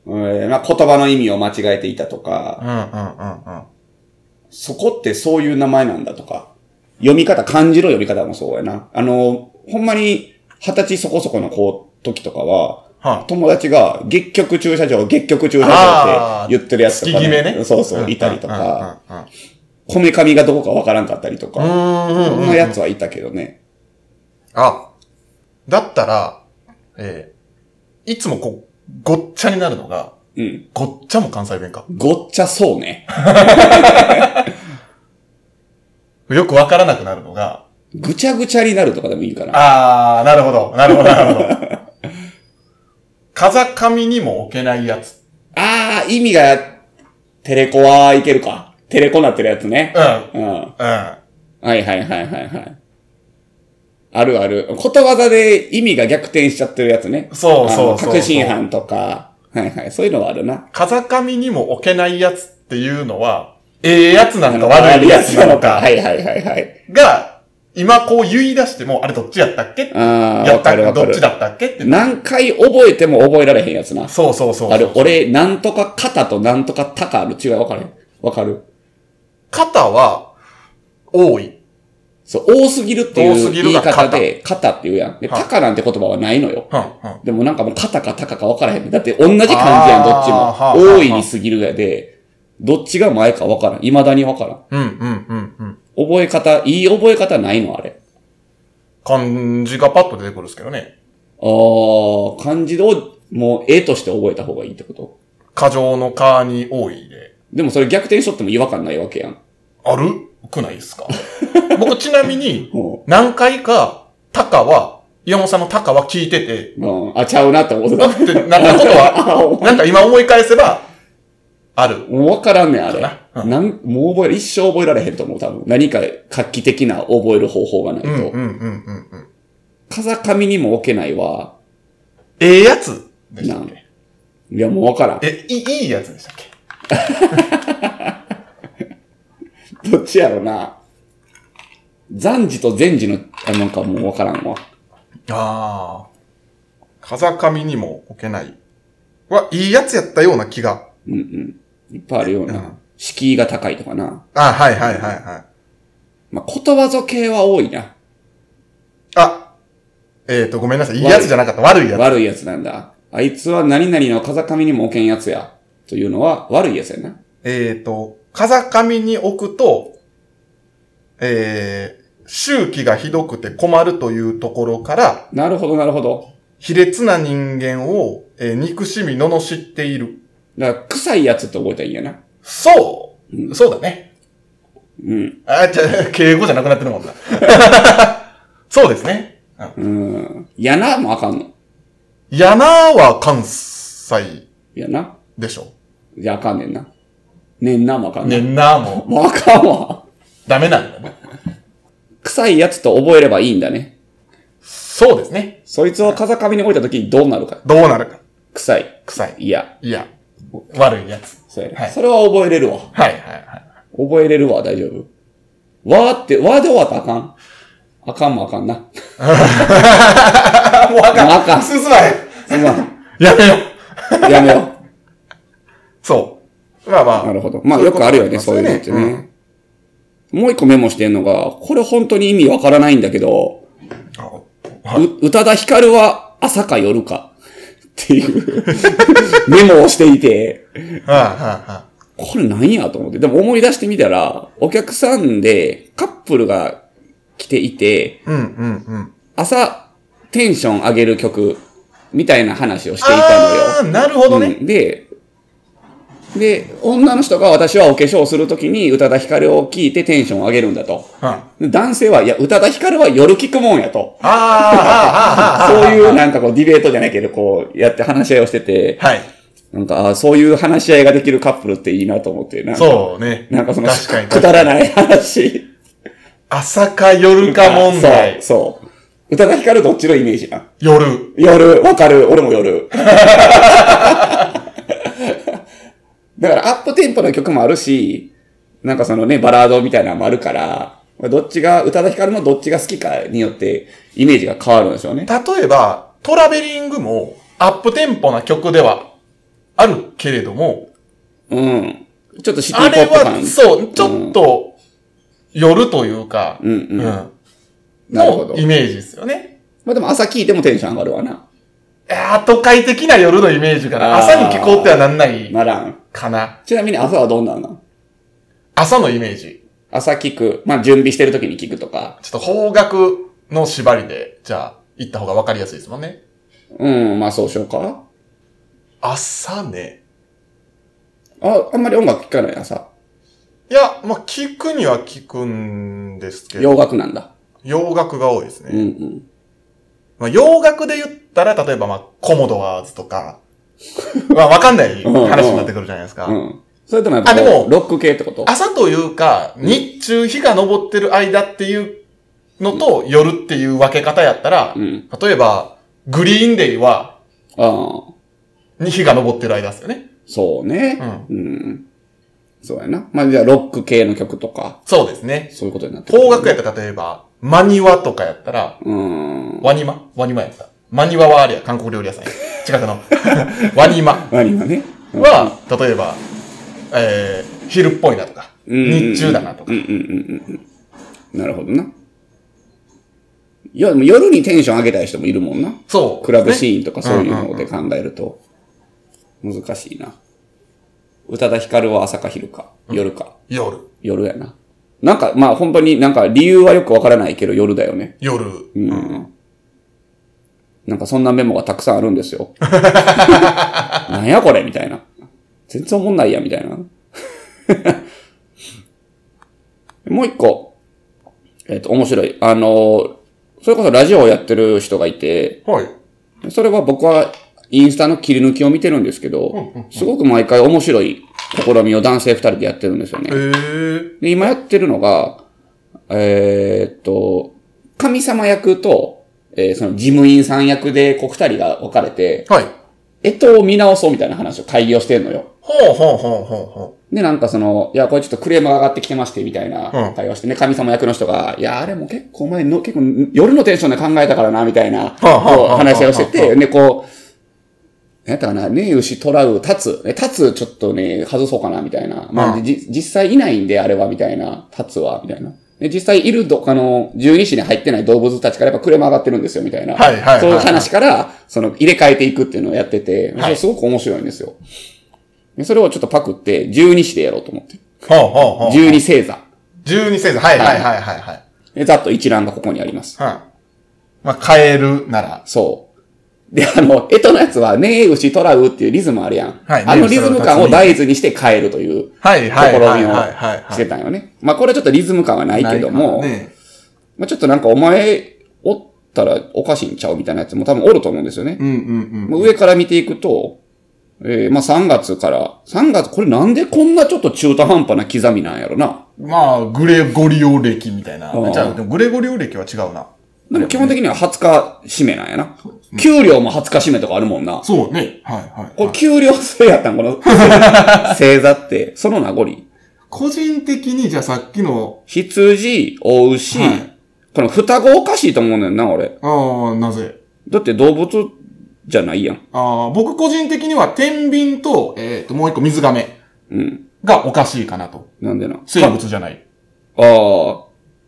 Speaker 2: うんまあ、言葉の意味を間違えていたと
Speaker 1: う
Speaker 2: か、
Speaker 1: んうんうんうん。
Speaker 2: そこってそういう名前なんだとか、読み方、漢字の読み方もそうやな。あのー、ほんまに二十歳そこそこの子、時とかは、
Speaker 1: は
Speaker 2: 友達が、月局駐車場、月局駐車場
Speaker 1: あ
Speaker 2: っ
Speaker 1: ー
Speaker 2: て言ってるやつと
Speaker 1: 月
Speaker 2: か、
Speaker 1: 決めね。
Speaker 2: そうそう、いたりとか、
Speaker 1: うんうん
Speaker 2: こめかみがどこかわからんかったりと
Speaker 1: う
Speaker 2: か、
Speaker 1: んうん。うんう
Speaker 2: そ
Speaker 1: んん
Speaker 2: な
Speaker 1: うん
Speaker 2: やつはいたけどね。
Speaker 1: あ、だったら、えーいつもこう、ごっちゃになるのが、
Speaker 2: うん。
Speaker 1: ごっちゃも関西弁か。
Speaker 2: ごっちゃそうね。
Speaker 1: よくわからなくなるのが、
Speaker 2: ぐちゃぐちゃになるとかでもいいかな。
Speaker 1: あー、なるほど、なるほど、なるほど。 <laughs> 風上にも置けないやつ。
Speaker 2: あー、意味が、テレコはいけるか。テレコなってるやつね
Speaker 1: う。ん、
Speaker 2: うん。は
Speaker 1: うん。
Speaker 2: いはいはいはいはい。あるある。ことわざで意味が逆転しちゃってるやつね。
Speaker 1: そうそう
Speaker 2: あ
Speaker 1: そう。
Speaker 2: の確信。犯とか。はいはい。そういうのはあるな。
Speaker 1: 風上にも置けないやつっていうのは、ええやつなのか悪いやつなのか
Speaker 2: <laughs> は、いはいはいはい。
Speaker 1: が、今こう言い出しても、あれどっちやったっけ
Speaker 2: あー、
Speaker 1: や
Speaker 2: わ
Speaker 1: っ
Speaker 2: か
Speaker 1: た
Speaker 2: るわか
Speaker 1: どっ
Speaker 2: る
Speaker 1: ち。だったっけって。
Speaker 2: 何回覚えても覚えられへんやつな。
Speaker 1: そうそうそうそう。
Speaker 2: ある、俺、なんとか肩となんとか高の違い分かるわかる
Speaker 1: 肩は、多い。
Speaker 2: そう、多すぎるってい
Speaker 1: 多す
Speaker 2: う
Speaker 1: ぎ
Speaker 2: 言
Speaker 1: る
Speaker 2: い
Speaker 1: が
Speaker 2: 方で、肩って言うやん。で、
Speaker 1: はい
Speaker 2: 高なんて言葉はないのよ。
Speaker 1: うん、うん。
Speaker 2: でもなんかもう肩か高か分からへん。だって同じ感じやん、どっ
Speaker 1: あ
Speaker 2: ち
Speaker 1: ーはあ
Speaker 2: も。
Speaker 1: はあ
Speaker 2: 大いに過ぎるやで、どっちが前か分からん。未だに分からん。
Speaker 1: うん、うん、うん、うん。
Speaker 2: 覚え方、いい覚え方ないのあれ。
Speaker 1: 漢字がパッと出てくるんですけどね。
Speaker 2: あー、漢字を、もう絵として覚えた方がいいってこと
Speaker 1: 過剰の課に多いで。
Speaker 2: でもそれ逆転しとっても違和感ないわけやん。
Speaker 1: あるくないですか <laughs> 僕ちなみに、
Speaker 2: う
Speaker 1: 何回か、タカは、岩本さんのタカは聞いてて、
Speaker 2: ん。うん。あ、ちゃうなってこと <laughs>
Speaker 1: うわ
Speaker 2: だ。
Speaker 1: ってなったこと <laughs> は、
Speaker 2: あー
Speaker 1: なんか今思い返せば、ある。
Speaker 2: もう分からんねん、あれ
Speaker 1: か。なう
Speaker 2: なん、もう覚え、一生覚えられへんと思う、多分。何か画期的な覚える方法がないと。
Speaker 1: うん、うん、うん、うん。うん
Speaker 2: 風上にも置けないわ。
Speaker 1: ええやつでしたっけ
Speaker 2: いや、もう分からん。
Speaker 1: え、いい、いいやつでしたっけ
Speaker 2: <laughs> どっちやろな。残時と前時の、あ、なんかもう分からんわ。
Speaker 1: ああ。風上にも置けない。は、いいやつやったような気が。
Speaker 2: うんうん。いっぱいあるよう
Speaker 1: うん
Speaker 2: な。敷居が高いとかな。
Speaker 1: あはいはいはいはい。
Speaker 2: まあ、ことわざ系は多いな。
Speaker 1: あ、えっ、と、ごめんなさい。いいやつじゃなかった。悪いやつ。
Speaker 2: 悪いやつなんだ。あいつは何々の風上にも置けんやつや。というのは悪いやつやな。
Speaker 1: えっ、と、風上に置くと、えー、周期がひどくて困るというところから、
Speaker 2: なるほど、なるほど。
Speaker 1: 卑劣な人間を、えー憎しみ、罵っている。
Speaker 2: だから、臭いやつって覚えたらいいんやな。
Speaker 1: そう、
Speaker 2: う
Speaker 1: そうだね。
Speaker 2: うん。
Speaker 1: あ、じゃあ、敬語じゃなくなってるもんな。 <laughs> そうですね。うん
Speaker 2: うん。やなもあかんの。
Speaker 1: やなは関西
Speaker 2: やな。
Speaker 1: でしょ。
Speaker 2: じゃああかんねんな。ねんなもあかんね
Speaker 1: ね
Speaker 2: ん。
Speaker 1: んなも
Speaker 2: もうあかんわ。
Speaker 1: ダメなんだね。
Speaker 2: 臭いやつと覚えればいいんだね。
Speaker 1: そうですね。
Speaker 2: そいつを風上に置いた時にどうなるか。
Speaker 1: どうなるか。
Speaker 2: 臭い。
Speaker 1: 臭い。
Speaker 2: いや。
Speaker 1: いや、悪いやつ。
Speaker 2: そうやね、
Speaker 1: はい
Speaker 2: それは覚えれるわ。
Speaker 1: はいはいはい。
Speaker 2: 覚えれるわ、大丈夫。わーって、わーで終わったらあかん。あかんもあかんな。も
Speaker 1: あ、もうあ
Speaker 2: うあかん。す
Speaker 1: 進まへ
Speaker 2: まん。
Speaker 1: ん。やめよう。
Speaker 2: やめよ
Speaker 1: そう。まあま
Speaker 2: う。
Speaker 1: あ。
Speaker 2: なるほど。まあよくあるよね、そういうのってね。もう一個メモしてんのが、これ本当に意味わからないんだけど、
Speaker 1: あはいう
Speaker 2: 宇多田ヒカルは朝か夜かっていう <laughs> メモをしていて、
Speaker 1: はいは
Speaker 2: これ何やと思って。でも思い出してみたら、お客さんでカップルが来ていて、
Speaker 1: い。うんうんうん。
Speaker 2: 朝テンション上げる曲みたいな話をしていたのよ。
Speaker 1: ああー、なるほどね。
Speaker 2: うんで、で、女の人が私はお化粧をするときに宇多田ヒカルを聞いてテンションを上げるんだと。
Speaker 1: はい
Speaker 2: で男性は、いや、宇多田ヒカルは夜聞くもんやと。
Speaker 1: あーあー、あーあー、あー
Speaker 2: そういうなんかこうディベートじゃないけど、こうやって話し合いをしてて、
Speaker 1: はい。
Speaker 2: なんか、あーそういう話し合いができるカップルっていいなと思って、なんか、
Speaker 1: そうね。
Speaker 2: なんかその、
Speaker 1: 確かに
Speaker 2: くだらない話。
Speaker 1: 朝か夜か問題。
Speaker 2: そう、そう。宇多田ヒカルどっちのイメージなん
Speaker 1: 夜。
Speaker 2: 夜、わかる。俺も夜。だからアップテンポの曲もあるし、なんかそのね、バラードみたいなのもあるから、どっちが、宇多田ヒカルのどっちが好きかによって、イメージが変わるんですよね。
Speaker 1: 例えば、トラベリングもアップテンポな曲ではあるけれども、
Speaker 2: うん。ちょっとシテ
Speaker 1: あ
Speaker 2: ィポ
Speaker 1: れ
Speaker 2: ップ
Speaker 1: は、
Speaker 2: 感。
Speaker 1: そう、ちょっと、夜というか、
Speaker 2: うんうん。
Speaker 1: う
Speaker 2: ま
Speaker 1: ん
Speaker 2: なるほ
Speaker 1: の
Speaker 2: ど
Speaker 1: イメージですよね。
Speaker 2: あでも朝聴いてもテンション上がるわな。
Speaker 1: いやー都会的な夜のイメージかな。
Speaker 2: あ
Speaker 1: 朝
Speaker 2: ー
Speaker 1: に聞こうってはなんない
Speaker 2: ならん。
Speaker 1: かな。
Speaker 2: ちなみに朝はどんなんなん
Speaker 1: 朝のイメージ。
Speaker 2: 朝聴く。まあ準備してる時に聞くとか。
Speaker 1: ちょっと方角の縛りで、じゃあ、行った方がわかりやすいですもんね。
Speaker 2: うん、まあそうしようか。
Speaker 1: 朝ね。
Speaker 2: あ、あんまり音楽聴かない朝。
Speaker 1: いや、まあ、聞くには聞くんですけど、
Speaker 2: 洋楽なんだ。
Speaker 1: 洋楽が多いです
Speaker 2: うん
Speaker 1: ね。
Speaker 2: うん。
Speaker 1: まあ、洋楽で言ったら、例えば、まあ、コモドワーズとか、
Speaker 2: <laughs>
Speaker 1: まあ、わかんない話になってくるじゃないですか。
Speaker 2: うん。それともやっぱ
Speaker 1: あでも
Speaker 2: ロック系ってこと
Speaker 1: 朝というか、日中日が昇ってる間っていうのと、夜っていう分け方やったら
Speaker 2: う、ん。
Speaker 1: 例えば、グリーンデイは、
Speaker 2: ああ、
Speaker 1: に日が昇ってる間ですよね。
Speaker 2: そうね
Speaker 1: う。ん。
Speaker 2: うん。そうやな。まあじゃあロック系の曲とか、
Speaker 1: そうですね。
Speaker 2: そういうことになって
Speaker 1: 方角やったら例えば、マニワとかやったら、
Speaker 2: うん。
Speaker 1: ワニマワニマやった。マニワはあれや、韓国料理屋さんや。近くの。 <laughs> ワニマ
Speaker 2: まあ今ね。うん、
Speaker 1: は、例えば、えー、昼っぽいなとか、
Speaker 2: うん
Speaker 1: 日中だなと
Speaker 2: う
Speaker 1: か
Speaker 2: ん。うんうんうんうん。なるほどな。いや、でも夜にテンション上げたい人もいるもんな。
Speaker 1: そう。
Speaker 2: クラブ
Speaker 1: ーン。
Speaker 2: シーンとかそういうので考えると、難しいな。宇多田ヒカルは朝か昼か、夜か。
Speaker 1: 夜。
Speaker 2: 夜やな。なんか、まあ本当になんか理由はよくわからないけど夜だよね。
Speaker 1: 夜。
Speaker 2: うん。なんかそんなメモがたくさんあるんです <laughs> よ。なんやこれみたいな。全然おもんないや、みたいな。 <laughs> もう一個。えっ、と、面白い。あの、それこそラジオをやってる人がいて、
Speaker 1: はい。
Speaker 2: それは僕はインスタの切り抜きを見てるんですけど、すごく毎回面白い試みを男性二人でやってるんですよね
Speaker 1: え。ー。
Speaker 2: で、今やってるのが、えーっと、神様役と、えーその事務員さん役で、こう二人が分かれて、
Speaker 1: はい。
Speaker 2: えとを見直そうみたいな話を会議をしてんのよ。
Speaker 1: ほうほうほうほうほ
Speaker 2: で、なんかその、いや、これちょっとクレームが上がってきてまして、みたいな
Speaker 1: うん
Speaker 2: 会話してね、神様役の人が、いや、あれも結構前の、結構夜のテンションで考えたからな、みたいな、
Speaker 1: あはあ
Speaker 2: こう
Speaker 1: はあ
Speaker 2: 話し合いをして
Speaker 1: はあは
Speaker 2: て、で、こう、なんやったかな、ね牛、トラウ、タツ、ね、タツちょっとね、外そうかな、みたいな。ま
Speaker 1: う
Speaker 2: あ、
Speaker 1: ん
Speaker 2: じ実際いないんで、あれは、みたいな、タツは、みたいな。で、実際いるど、あの、獣医師に入ってない動物たちからやっぱクレーム上がってるんですよ、みたいな。
Speaker 1: はいはいはいはい
Speaker 2: そういう話から、その、入れ替えていくっていうのをやってて、そ
Speaker 1: は
Speaker 2: れ
Speaker 1: い
Speaker 2: すごく面白いんですよ。でそれをちょっとパクって、12子でやろうと思って。
Speaker 1: う。ほうほうほう。
Speaker 2: 12星座。
Speaker 1: 12星座。はいはいはいはいはい。
Speaker 2: でざっと一覧がここにあります。
Speaker 1: はい。まあ、変えるなら。
Speaker 2: そう。で、あの、えとのやつは、ねえ、牛、トラウっていうリズムあるやん。
Speaker 1: はい
Speaker 2: あのリズム感を
Speaker 1: ね
Speaker 2: 大豆にして変えるという、
Speaker 1: はい
Speaker 2: 試
Speaker 1: はい
Speaker 2: み
Speaker 1: はい
Speaker 2: を
Speaker 1: はいはい、
Speaker 2: してたんよね。まあ、これちょっとリズム感はないけども、
Speaker 1: ね、
Speaker 2: まあ、ちょっとなんかお前、おったらおかしいんちゃうみたいなやつも多分おると思うんですよね。
Speaker 1: うんうんうん。
Speaker 2: まあ上から見ていくと、えーまあ3月から、3月、これなんでこんなちょっと中途半端な刻みなんやろな。
Speaker 1: まあ、グレゴリオ歴みたいな
Speaker 2: うん。
Speaker 1: じゃあ、でもグレゴリオ歴は違うな。
Speaker 2: でも基本的には20日締めなんやな。給料も20日締めとかあるもんな。
Speaker 1: そうね。はいはい。
Speaker 2: これ給料制やったん
Speaker 1: <laughs>
Speaker 2: この星座って、その名残。
Speaker 1: 個人的に、じゃあさっきの、
Speaker 2: 羊、お牛、
Speaker 1: はい
Speaker 2: この双子おかしいと思うねんな、俺。
Speaker 1: ああ、なぜ
Speaker 2: だって動物じゃないやん。
Speaker 1: ああ、僕個人的には、天秤と、えっ、と、もう一個水亀
Speaker 2: うん。
Speaker 1: がおかしいかなと。
Speaker 2: なんでな。
Speaker 1: 生物じゃない。
Speaker 2: ああ、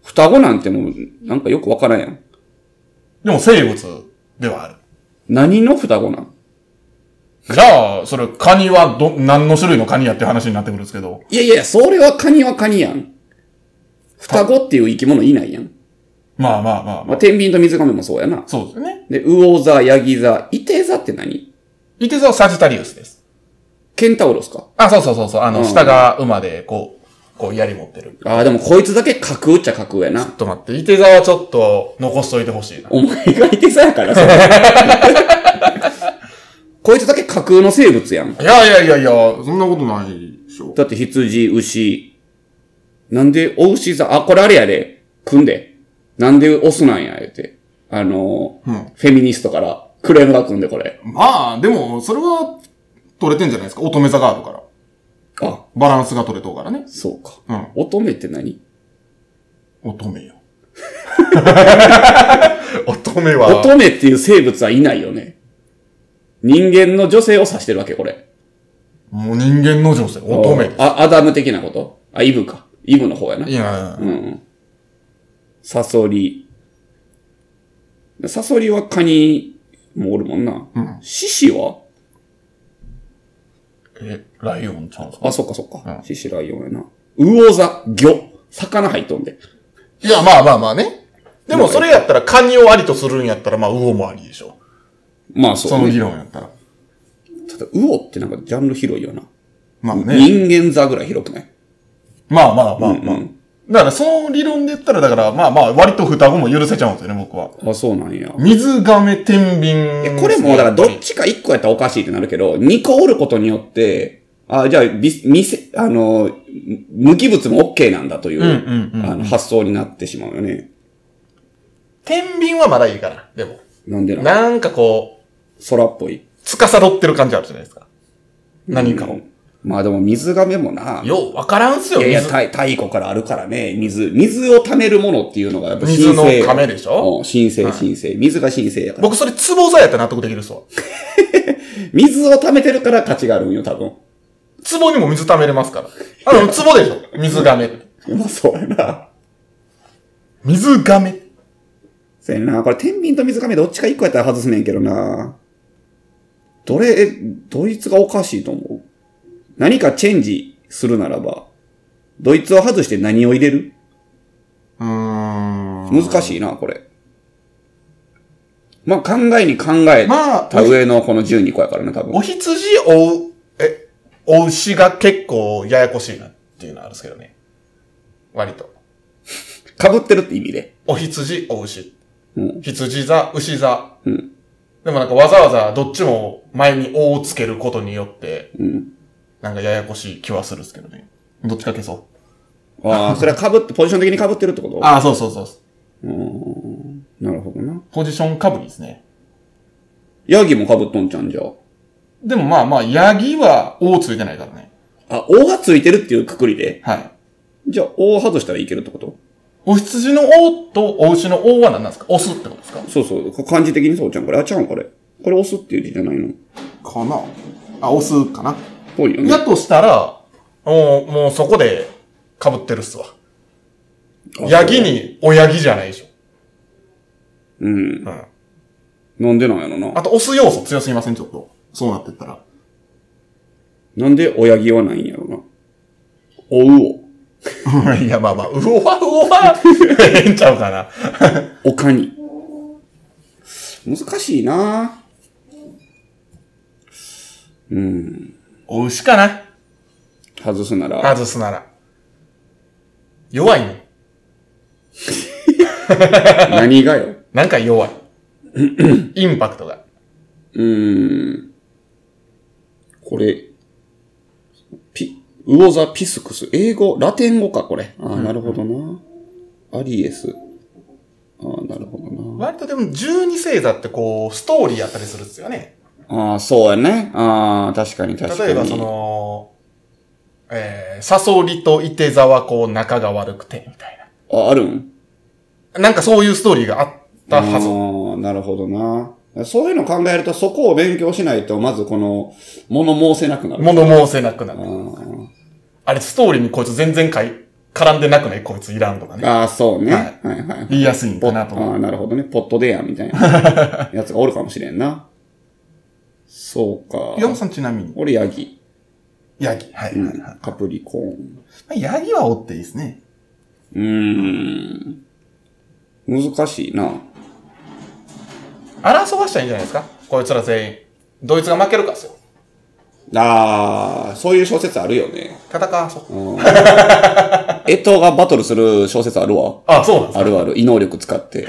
Speaker 2: 双子なんてもう、なんかよくわからんやん。
Speaker 1: でも生物ではある。
Speaker 2: 何の双子なん
Speaker 1: じゃあ、それ、カニはど、何の種類のカニやって話になってくるんですけど。
Speaker 2: いやいや、それはカニはカニやん。双子っていう生き物いないやん。
Speaker 1: まあまあまあまあ。
Speaker 2: まあ、天秤と水亀もそうやな。
Speaker 1: そうですよね。
Speaker 2: で、魚座、ヤギ座、イテ座って何
Speaker 1: いて座はサジタリウスです。
Speaker 2: ケンタウロスか。
Speaker 1: あ、そうそうそうそう。あの、
Speaker 2: うん
Speaker 1: 下が馬で、こう、こう、槍持ってる。
Speaker 2: ああ、でもこいつだけ架空っちゃ架空やな
Speaker 1: ちょ。っと待って、いて座はちょっと残しといてほしいな。
Speaker 2: お前がいてさやから、それこいつだけ架空の生物やん。
Speaker 1: いやいやいやいや、そんなことないでしょ。
Speaker 2: だって羊、牛。なんで、お牛座、あ、これあれやで。組んで。なんでオスなんや、言うて。あのー
Speaker 1: うん
Speaker 2: フェミニストからクレームが組んで、これ。
Speaker 1: まあ、でも、それは、取れてんじゃないですか。乙女座があるから。
Speaker 2: あ、
Speaker 1: バランスが取れとうからね。
Speaker 2: そうか。
Speaker 1: うん。
Speaker 2: 乙女って何
Speaker 1: 乙女 <laughs> よ。乙女は
Speaker 2: 乙女っていう生物はいないよね。人間の女性を指してるわけ、これ。
Speaker 1: もう人間の女性、乙女です。
Speaker 2: あ、アダム的なことあ、イブか。イブの方やな。
Speaker 1: いや、
Speaker 2: うん。サソリ。サソリはカニもおるもんな。
Speaker 1: うん
Speaker 2: 獅子は
Speaker 1: え、ライオンちゃうんすか
Speaker 2: あ、そっかそっか
Speaker 1: う。ん
Speaker 2: 獅子ライオンやな。魚座、魚。魚入っとんで。
Speaker 1: いや、まあまあまあね。でもそれやったらカニをありとするんやったら、まあ、魚もありでしょ。
Speaker 2: まあそ、
Speaker 1: そうの
Speaker 2: ね。
Speaker 1: 議論やったら。
Speaker 2: ただ、魚ってなんかジャンル広いよな。
Speaker 1: まあね。
Speaker 2: 人間座ぐらい広くない
Speaker 1: まあまあまあ
Speaker 2: うん
Speaker 1: まあ
Speaker 2: う。ん
Speaker 1: だからその理論で言ったら、だからまあまあ、割と双子も許せちゃうんですよね、僕は。
Speaker 2: あ、そうなんや。
Speaker 1: 水亀、天秤。
Speaker 2: これも、だからどっちか1個やったらおかしいってなるけど、2個おることによって、あじゃあ、び、見せ、あの、無無機物も OK なんだという、
Speaker 1: うんうんうんうん
Speaker 2: あの発想になってしまうよね。
Speaker 1: 天秤はまだいいから、でも。
Speaker 2: なんでな、
Speaker 1: なんかこう、
Speaker 2: 空っぽい。
Speaker 1: 司ってる感じあるじゃないですか。何か
Speaker 2: う
Speaker 1: を。
Speaker 2: んまあでも水亀もな、い
Speaker 1: よう、わからんすよ、
Speaker 2: やいや、
Speaker 1: 水。
Speaker 2: 太太古からあるからね、水、水を貯めるものっていうのがやっぱ
Speaker 1: 水の
Speaker 2: 神
Speaker 1: 亀でしょ
Speaker 2: 神聖、神聖。水が神聖やから。
Speaker 1: 僕それ、壺座やったら納得できるっすわ。
Speaker 2: 水を貯めてるから価値があるんよ、多分。
Speaker 1: 壺にも水溜めれますから。あの、壺でしょ水亀。
Speaker 2: まあ <laughs> そうやな。
Speaker 1: 水亀。
Speaker 2: せんな。これ、天秤と水亀どっちか一個やったら外すねんけどな。どれ、えドイツがおかしいと思う何かチェンジするならば、ドイツを外して何を入れる
Speaker 1: うーん。
Speaker 2: 難しいな、これ。まあ、考えに考え
Speaker 1: まあ、
Speaker 2: た上のこの12個やからな、多分
Speaker 1: お。羊追う、え、追う牛が結構ややこしいなっていうのはあるんですけどね。割と。
Speaker 2: 被ってるって意味で。
Speaker 1: お羊、お牛。
Speaker 2: うん
Speaker 1: 羊座、牛座。
Speaker 2: うん
Speaker 1: でもなんかわざわざどっちも前に「お」をつけることによって、
Speaker 2: うん。
Speaker 1: なんかややこしい気はするんですけどね。どっちか消そう。
Speaker 2: ああ、それは被って、ポジション的に被ってるってこと
Speaker 1: ああ、そうそうそう。
Speaker 2: うーん。なるほどな。
Speaker 1: ポジションかぶりですね。
Speaker 2: ヤギも被っとんちゃうんじゃ。
Speaker 1: でもまあまあ、ヤギは「お」ついてないからね。
Speaker 2: あ、王がついてるっていうくくりで。
Speaker 1: はい。
Speaker 2: じゃあ、王外したらいけるってこと
Speaker 1: お羊の「お」とお牛の「お」は何なんですかオスってことですか
Speaker 2: そうそう。こ漢字的にそうちゃんこれ。あ、ちゃうんこれ。これ押すっていう字じゃないの。
Speaker 1: かなあ、オスかな
Speaker 2: ぽいよね。
Speaker 1: やとしたら、もう、もうそこで被ってるっすわ。
Speaker 2: あ
Speaker 1: ヤギ。におヤギじゃないでしょ。
Speaker 2: うん。
Speaker 1: うん。
Speaker 2: なんでなんやろな
Speaker 1: あ。と、オス要素強すぎません、ちょっと。そうなってったら。
Speaker 2: なんで親木はないんやろな。おう
Speaker 1: <laughs> いや、まあまあ、うわうわ <laughs> ええんちゃうかな。
Speaker 2: お。おかに。難しいなうん。
Speaker 1: お牛かな
Speaker 2: 外すなら。
Speaker 1: 外すなら。弱いね。
Speaker 2: 何がよ。
Speaker 1: なんか <laughs> 弱い。インパクトが。
Speaker 2: うーん。これ、ピ、ウオザピスクス。英語、ラテン語か、これ。ああ、なるほどな。アリエス。ああ、なるほどな。
Speaker 1: 割とでも、十二星座ってこう、ストーリーやったりするっすよね。
Speaker 2: ああ、そうやね。ああ、確かに確かに。
Speaker 1: 例えば、そ。の、えー、サソリとイテザはこう、仲が悪くて、みたいな。
Speaker 2: あ、あるん
Speaker 1: なんかそういうストーリーがあったはず。
Speaker 2: ああ、なるほどな。そういうの考えると、そこを勉強しないと、まずこの、物申せなくなる。
Speaker 1: 物申せなくなる。
Speaker 2: あ
Speaker 1: あれ、ストーリーにこいつ全然書い絡んでなくね、こいついらんとかね。
Speaker 2: ああ、そうね。
Speaker 1: は
Speaker 2: はいはいはい。
Speaker 1: 言いやすいん
Speaker 2: ポ
Speaker 1: か
Speaker 2: ッ
Speaker 1: なと思う。
Speaker 2: ああ、なるほどね。ポットでや、みたい
Speaker 1: <laughs>
Speaker 2: なやつがおるかもしれんな。そうか。
Speaker 1: 岩本さんちなみに。
Speaker 2: 俺、ヤギ。
Speaker 1: ヤギ。はい。は
Speaker 2: う
Speaker 1: いはい
Speaker 2: ん
Speaker 1: ま
Speaker 2: カプリコーン。
Speaker 1: あヤギはおっていいですね。
Speaker 2: うーん。難しいな。
Speaker 1: 争わしたらいいんじゃないですかこいつら全員。ドイツが負けるかっすよ。
Speaker 2: ああ、そういう小説あるよね。
Speaker 1: 戦わそう。
Speaker 2: えとがバトルする小説あるわ。
Speaker 1: あ、そうなんで
Speaker 2: あるある。異能力使って。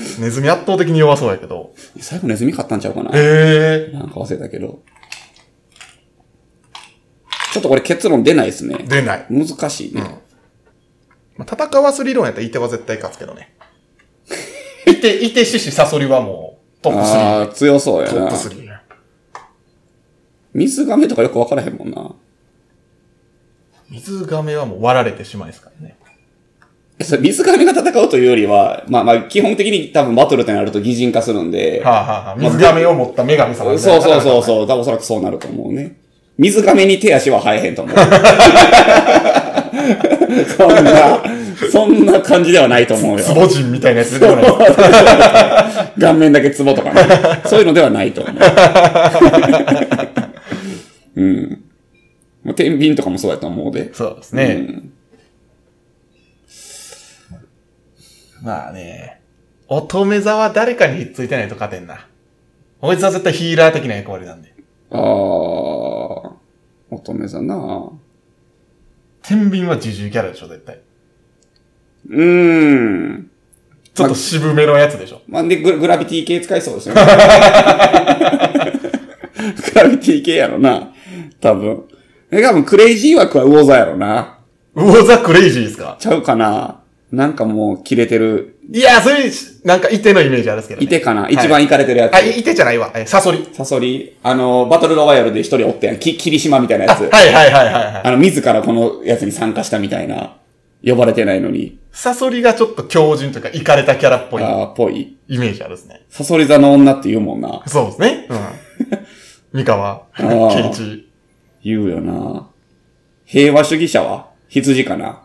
Speaker 1: す。ネズミ圧倒的に弱そうやけど。
Speaker 2: 最後ネズミ買ったんちゃうかな。
Speaker 1: へ
Speaker 2: なんか忘れたけど。ちょっとこれ結論出ないですね
Speaker 1: え。。出ない。
Speaker 2: 難しいね。
Speaker 1: まあ、戦わす理論やったらイテは絶対勝つけど <laughs> ね。イテ、イテシシサソリはもうトップ3。
Speaker 2: ああ、強そうや
Speaker 1: トッ
Speaker 2: な
Speaker 1: プ。3。
Speaker 2: 水亀とかよくわからへんもんな。
Speaker 1: 水亀はもう割られてしまいですからね。
Speaker 2: えそれ水亀が戦うというよりは、まあまあ、基本的に多分バトルってなると擬人化するんで。
Speaker 1: はあ、はあはあ、水亀を持った女神様
Speaker 2: そう
Speaker 1: みたい
Speaker 2: そう
Speaker 1: な
Speaker 2: そうそうそう。多分おそらくそうなると思うね。水亀に手足は生えへんと思
Speaker 1: <laughs>
Speaker 2: う。そんな、そんな感じではないと思うよ。
Speaker 1: 壺人みたいなやつ出てこないですか
Speaker 2: 顔面だけツボ
Speaker 1: <laughs>
Speaker 2: とかね。そういうのではないと思う。
Speaker 1: <laughs>
Speaker 2: うん。まあ、天秤とかもそうやと思うで。
Speaker 1: そうです
Speaker 2: う
Speaker 1: ね。
Speaker 2: ん
Speaker 1: まあね。乙女座は誰かにひっついてないと勝てんな。こいつは絶対ヒーラー的な役割なんで。
Speaker 2: ああ、乙女座な。
Speaker 1: 天秤は自重キャラでしょ、絶対。
Speaker 2: うーん。
Speaker 1: ちょっと渋めのやつでしょ。
Speaker 2: まあ、でグ、グラビティ系使いそう
Speaker 1: <laughs>
Speaker 2: ですよね。グラビティ系やろな。多分。え、多分クレイジー枠は魚座やろな。
Speaker 1: ウォザクレイジーですか
Speaker 2: ちゃうかな。なんかもう、切れてる。
Speaker 1: いや、それ、なんか、いてのイメージあるんですけど、ね。
Speaker 2: いてかな。
Speaker 1: はい
Speaker 2: 一番イかれてるやつ。
Speaker 1: あ、いいてじゃないわ。えサソリ。
Speaker 2: サソリ、あの、バトルロワイヤルで一人おったやん。き、霧島みたいな
Speaker 1: <laughs>
Speaker 2: やつ。
Speaker 1: はいはいはいはいはい。
Speaker 2: あの、自らこのやつに参加したみたいな。呼ばれてないのに。
Speaker 1: サソリがちょっと強靭というか、イかれたキャラっぽい
Speaker 2: ああ、ぽい。
Speaker 1: イメージあるですね。
Speaker 2: サソリ座の女って言うもんな。
Speaker 1: そうですね。うん。 <laughs> 三河、
Speaker 2: ー
Speaker 1: ケイチ。
Speaker 2: 言うよな。平和主義者は羊かな。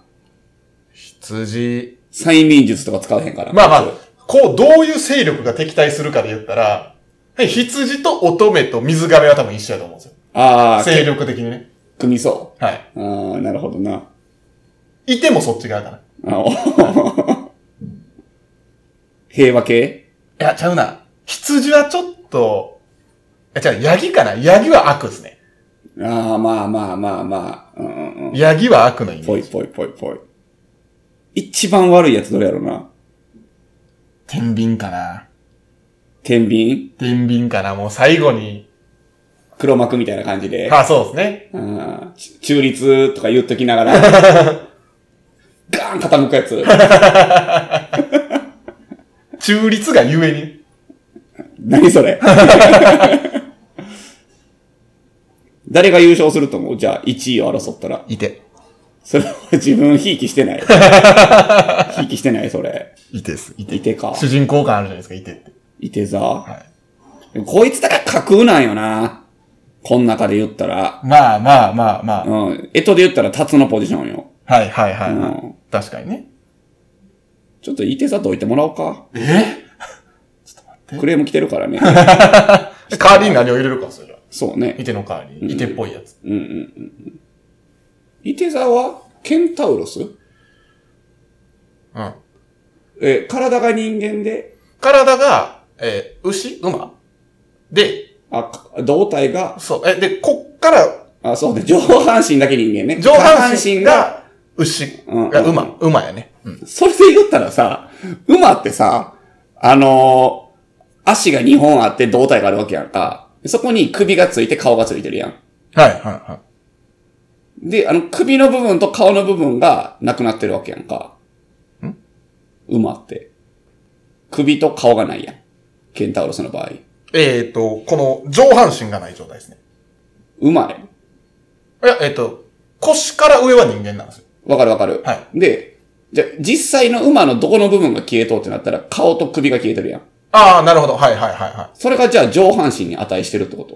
Speaker 1: 羊。
Speaker 2: 催眠術とか使わへんから。
Speaker 1: まあまあ、こう、どういう勢力が敵対するかで言ったら、はい羊と乙女と水亀は多分一緒やと思うんですよ。
Speaker 2: ああ、
Speaker 1: 勢力的にね。
Speaker 2: 組みそ
Speaker 1: はい。
Speaker 2: う。ああ、なるほどな。
Speaker 1: いてもそっち側かな。い
Speaker 2: あお <laughs> 平和系
Speaker 1: や、ちゃうな。羊はちょっと、いや、違う、ヤギかな。ヤギは悪ですね。
Speaker 2: ああ、まあまあまあまあ。うんうんうん。
Speaker 1: ヤギは悪のイメ
Speaker 2: ぽ
Speaker 1: ー
Speaker 2: い
Speaker 1: ジ。
Speaker 2: ぽいぽいぽい。一番悪いやつどれやろな。
Speaker 1: 天秤かな。
Speaker 2: 天秤
Speaker 1: 天秤かな。もう最後に。
Speaker 2: 黒幕みたいな感じで。
Speaker 1: あ、そうですね。
Speaker 2: うんち中立とか言っときながら。ガーン傾くやつ。
Speaker 1: 中立がゆえに。
Speaker 2: 何それ <laughs> 誰が優勝すると思うじゃあ、1位を争ったら。
Speaker 1: いて。
Speaker 2: それは自分、ひいきしてない。ひいきしてない、それ。
Speaker 1: いてです。いて。
Speaker 2: いてか。
Speaker 1: 主人公感あるじゃないですか、いてって。
Speaker 2: いて座。
Speaker 1: は
Speaker 2: こいつだから架空なんよな。こん中で言ったら。
Speaker 1: い。まあまあまあまあ。
Speaker 2: うん。えとで言ったら、タツのポジションよ。
Speaker 1: はいはいはい、はい
Speaker 2: うん
Speaker 1: 確かにね。
Speaker 2: ちょっといて座どいてもらおうか。
Speaker 1: え
Speaker 2: クレーム来てるか
Speaker 1: <laughs>
Speaker 2: らね。
Speaker 1: 代わりに何を入れるか、それじゃあ。
Speaker 2: そうね。
Speaker 1: いての代わりに。いてっぽいやつ。
Speaker 2: うんうんうんうん。いて座は、ケンタウロス
Speaker 1: うん。
Speaker 2: え、体が人間で、
Speaker 1: 体が、えー牛馬で、
Speaker 2: あ、か胴体が、
Speaker 1: そう、え、で、こっから、
Speaker 2: あ、そうね、上半身だけ人間ね。
Speaker 1: 上半
Speaker 2: 下
Speaker 1: 身、が牛、
Speaker 2: うん
Speaker 1: が馬、馬やね。うん。
Speaker 2: それで言ったらさ、馬ってさ、あのー足が2本あって胴体があるわけやんか。そこに首がついて顔がついてるやん。
Speaker 1: はいはいはい。
Speaker 2: で、あの、首の部分と顔の部分がなくなってるわけやんか。ん馬って。首と顔がないやん。ケンタウロスの場合。
Speaker 1: えっ、ー、と、この上半身がない状態ですね。
Speaker 2: 馬ね。
Speaker 1: いや、えっ、と、腰から上は人間なんですよ。
Speaker 2: わかるわかる。
Speaker 1: は
Speaker 2: で、じゃ、実際の馬のどこの部分が消えとうってなったら、顔と首が消えてるやん。
Speaker 1: ああ、なるほど。はいはいはいは
Speaker 2: それがじゃあ上半身に値してるってこと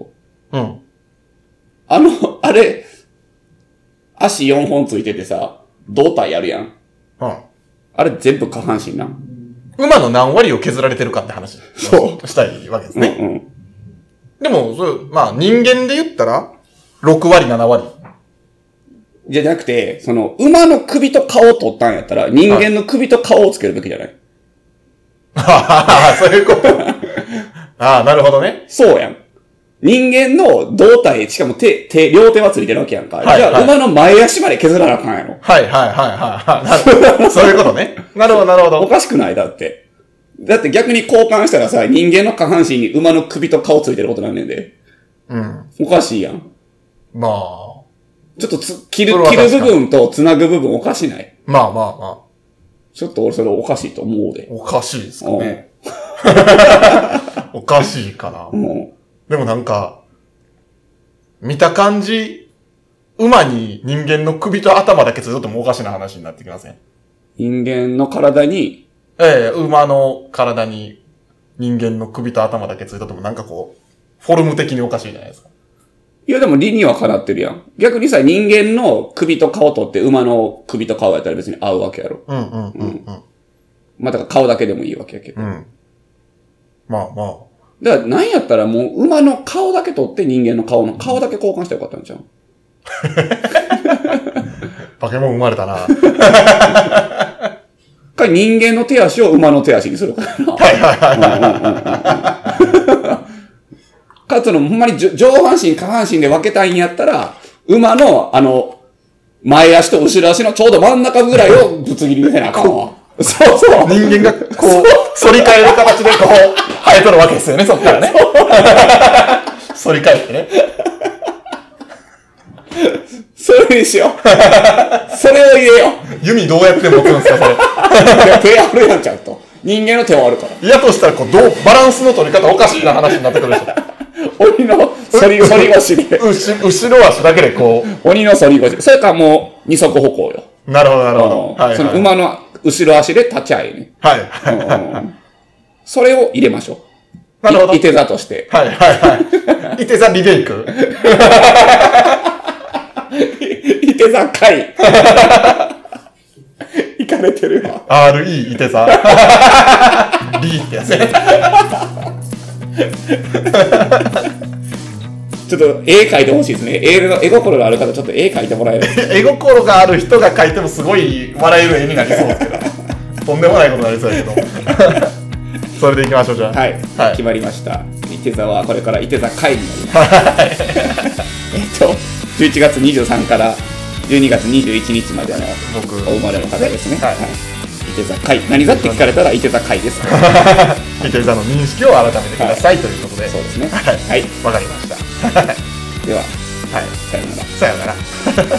Speaker 1: い。うん。
Speaker 2: <laughs> あの、あれ、足4本ついててさ、胴体あるやん。
Speaker 1: うん。
Speaker 2: あれ全部下半身な。
Speaker 1: 馬の何割を削られてるかって話。。
Speaker 2: そう
Speaker 1: したいわけです
Speaker 2: うんう
Speaker 1: ね。
Speaker 2: ん。
Speaker 1: でも、それ、まあ人間で言ったら、6割、7割。 <laughs>
Speaker 2: じゃなくて、その、馬の首と顔を取ったんやったら、人間の首と顔をつけるべきじゃない
Speaker 1: ああ、そういうこと。 <laughs> ああ、なるほどね。
Speaker 2: そうやん。人間の胴体、しかも手、手、両手はついてるわけやんか。
Speaker 1: はい
Speaker 2: じゃ
Speaker 1: は
Speaker 2: あ、
Speaker 1: い
Speaker 2: 馬の前足まで削らなあかんやろ。
Speaker 1: はいはいはいはいはいなる。そういうことね。なるほどなるほ
Speaker 2: お
Speaker 1: ど。
Speaker 2: かしくないだって。だって逆に交換したらさ、人間の下半身に馬の首と顔ついてることなんねんで。
Speaker 1: うん。
Speaker 2: おかしいやん。
Speaker 1: まあ、
Speaker 2: ちょっとつ、切る
Speaker 1: それ、は
Speaker 2: 切
Speaker 1: 確か
Speaker 2: る
Speaker 1: に
Speaker 2: 部分と繋ぐ部分おかしない。
Speaker 1: まあまあまあ。
Speaker 2: ちょっと俺それおかしいと思うで。
Speaker 1: おかしいですか
Speaker 2: うん。
Speaker 1: ね。おかしいかな。
Speaker 2: うん
Speaker 1: でもなんか、見た感じ、馬に人間の首と頭だけ削ってもおかしな話になってきません
Speaker 2: 人間の体に、
Speaker 1: ええ馬の体に人間の首と頭だけついたともなんかこう、フォルム的におかしいじゃないですか。
Speaker 2: いやでも理にはかなってるやん。逆にさ、人間の首と顔取って馬の首と顔やったら別に合うわけやろ。
Speaker 1: うんうんうん
Speaker 2: まあ、だから顔だけでもいいわけやけど。
Speaker 1: うん。うん。まあまあ。
Speaker 2: だから、なんやったらもう馬の顔だけ取って人間の顔の顔だけ交換してよかったんじゃん。
Speaker 1: 化け物生まれた <laughs> な。はい
Speaker 2: か人間の手足を馬の手足にするからな。
Speaker 1: はいはい。
Speaker 2: か、その、ほんまにじょ上半身、下半身で分けたいんやったら、馬の、あの、前足と後ろ足のちょうど真ん中ぐらいをぶつ切りにせなあかんわ。そうそう。
Speaker 1: 人間がこう、反り返る形でこう、生えとるわけですよね、そっからね。反り返ってね。
Speaker 2: それにしよう。それを入れよ
Speaker 1: 弓どうやって持つんですか、それ。
Speaker 2: ういや。手あるやん、ちゃんと。人間の手はあるから。
Speaker 1: いやとしたら、こう、どう、バランスの取り方おかしいな話になってくるでし
Speaker 2: 鬼の反り、反り腰
Speaker 1: <laughs>
Speaker 2: で。
Speaker 1: ょ。後、後ろ足だけでこ
Speaker 2: 鬼の反り腰。それかもう、二足歩行よ。
Speaker 1: う。なるほど、なるほど。
Speaker 2: う
Speaker 1: は
Speaker 2: ん
Speaker 1: い、
Speaker 2: その
Speaker 1: はい。
Speaker 2: 馬の後ろ足で立ち会いね。
Speaker 1: はい、はい。
Speaker 2: うんそれを入れましょう。
Speaker 1: <laughs> なるほど
Speaker 2: いいて座として。
Speaker 1: はいはいはい。伊手さんリベイク
Speaker 2: いて座か <laughs> い。行かれてるよ。
Speaker 1: ?RE 伊手さん。 <laughs> リーってやつね。
Speaker 2: ちょっと絵描いてほしいですね。絵の絵心がある方、ちょっと絵描いてもらえる。
Speaker 1: 絵心がある人が描いてもすごい笑える絵になりそうですけど。とんでもないことになりそうやけど。 <laughs> それでいきましょう、じゃあ。
Speaker 2: はい。
Speaker 1: はい
Speaker 2: 決まりました。いて座はこれからいて座会になります。えっと、11月23から12月21日までの
Speaker 1: 僕
Speaker 2: お生まれの方ですね。
Speaker 1: はい
Speaker 2: いて座会。何座って聞かれたらいて座会です。
Speaker 1: <laughs> 伊手さんの認識を改めてください、ということで。
Speaker 2: そうですね。
Speaker 1: はい
Speaker 2: はい。
Speaker 1: わかりました。
Speaker 2: では、
Speaker 1: はい。
Speaker 2: さようなら。
Speaker 1: さよなら。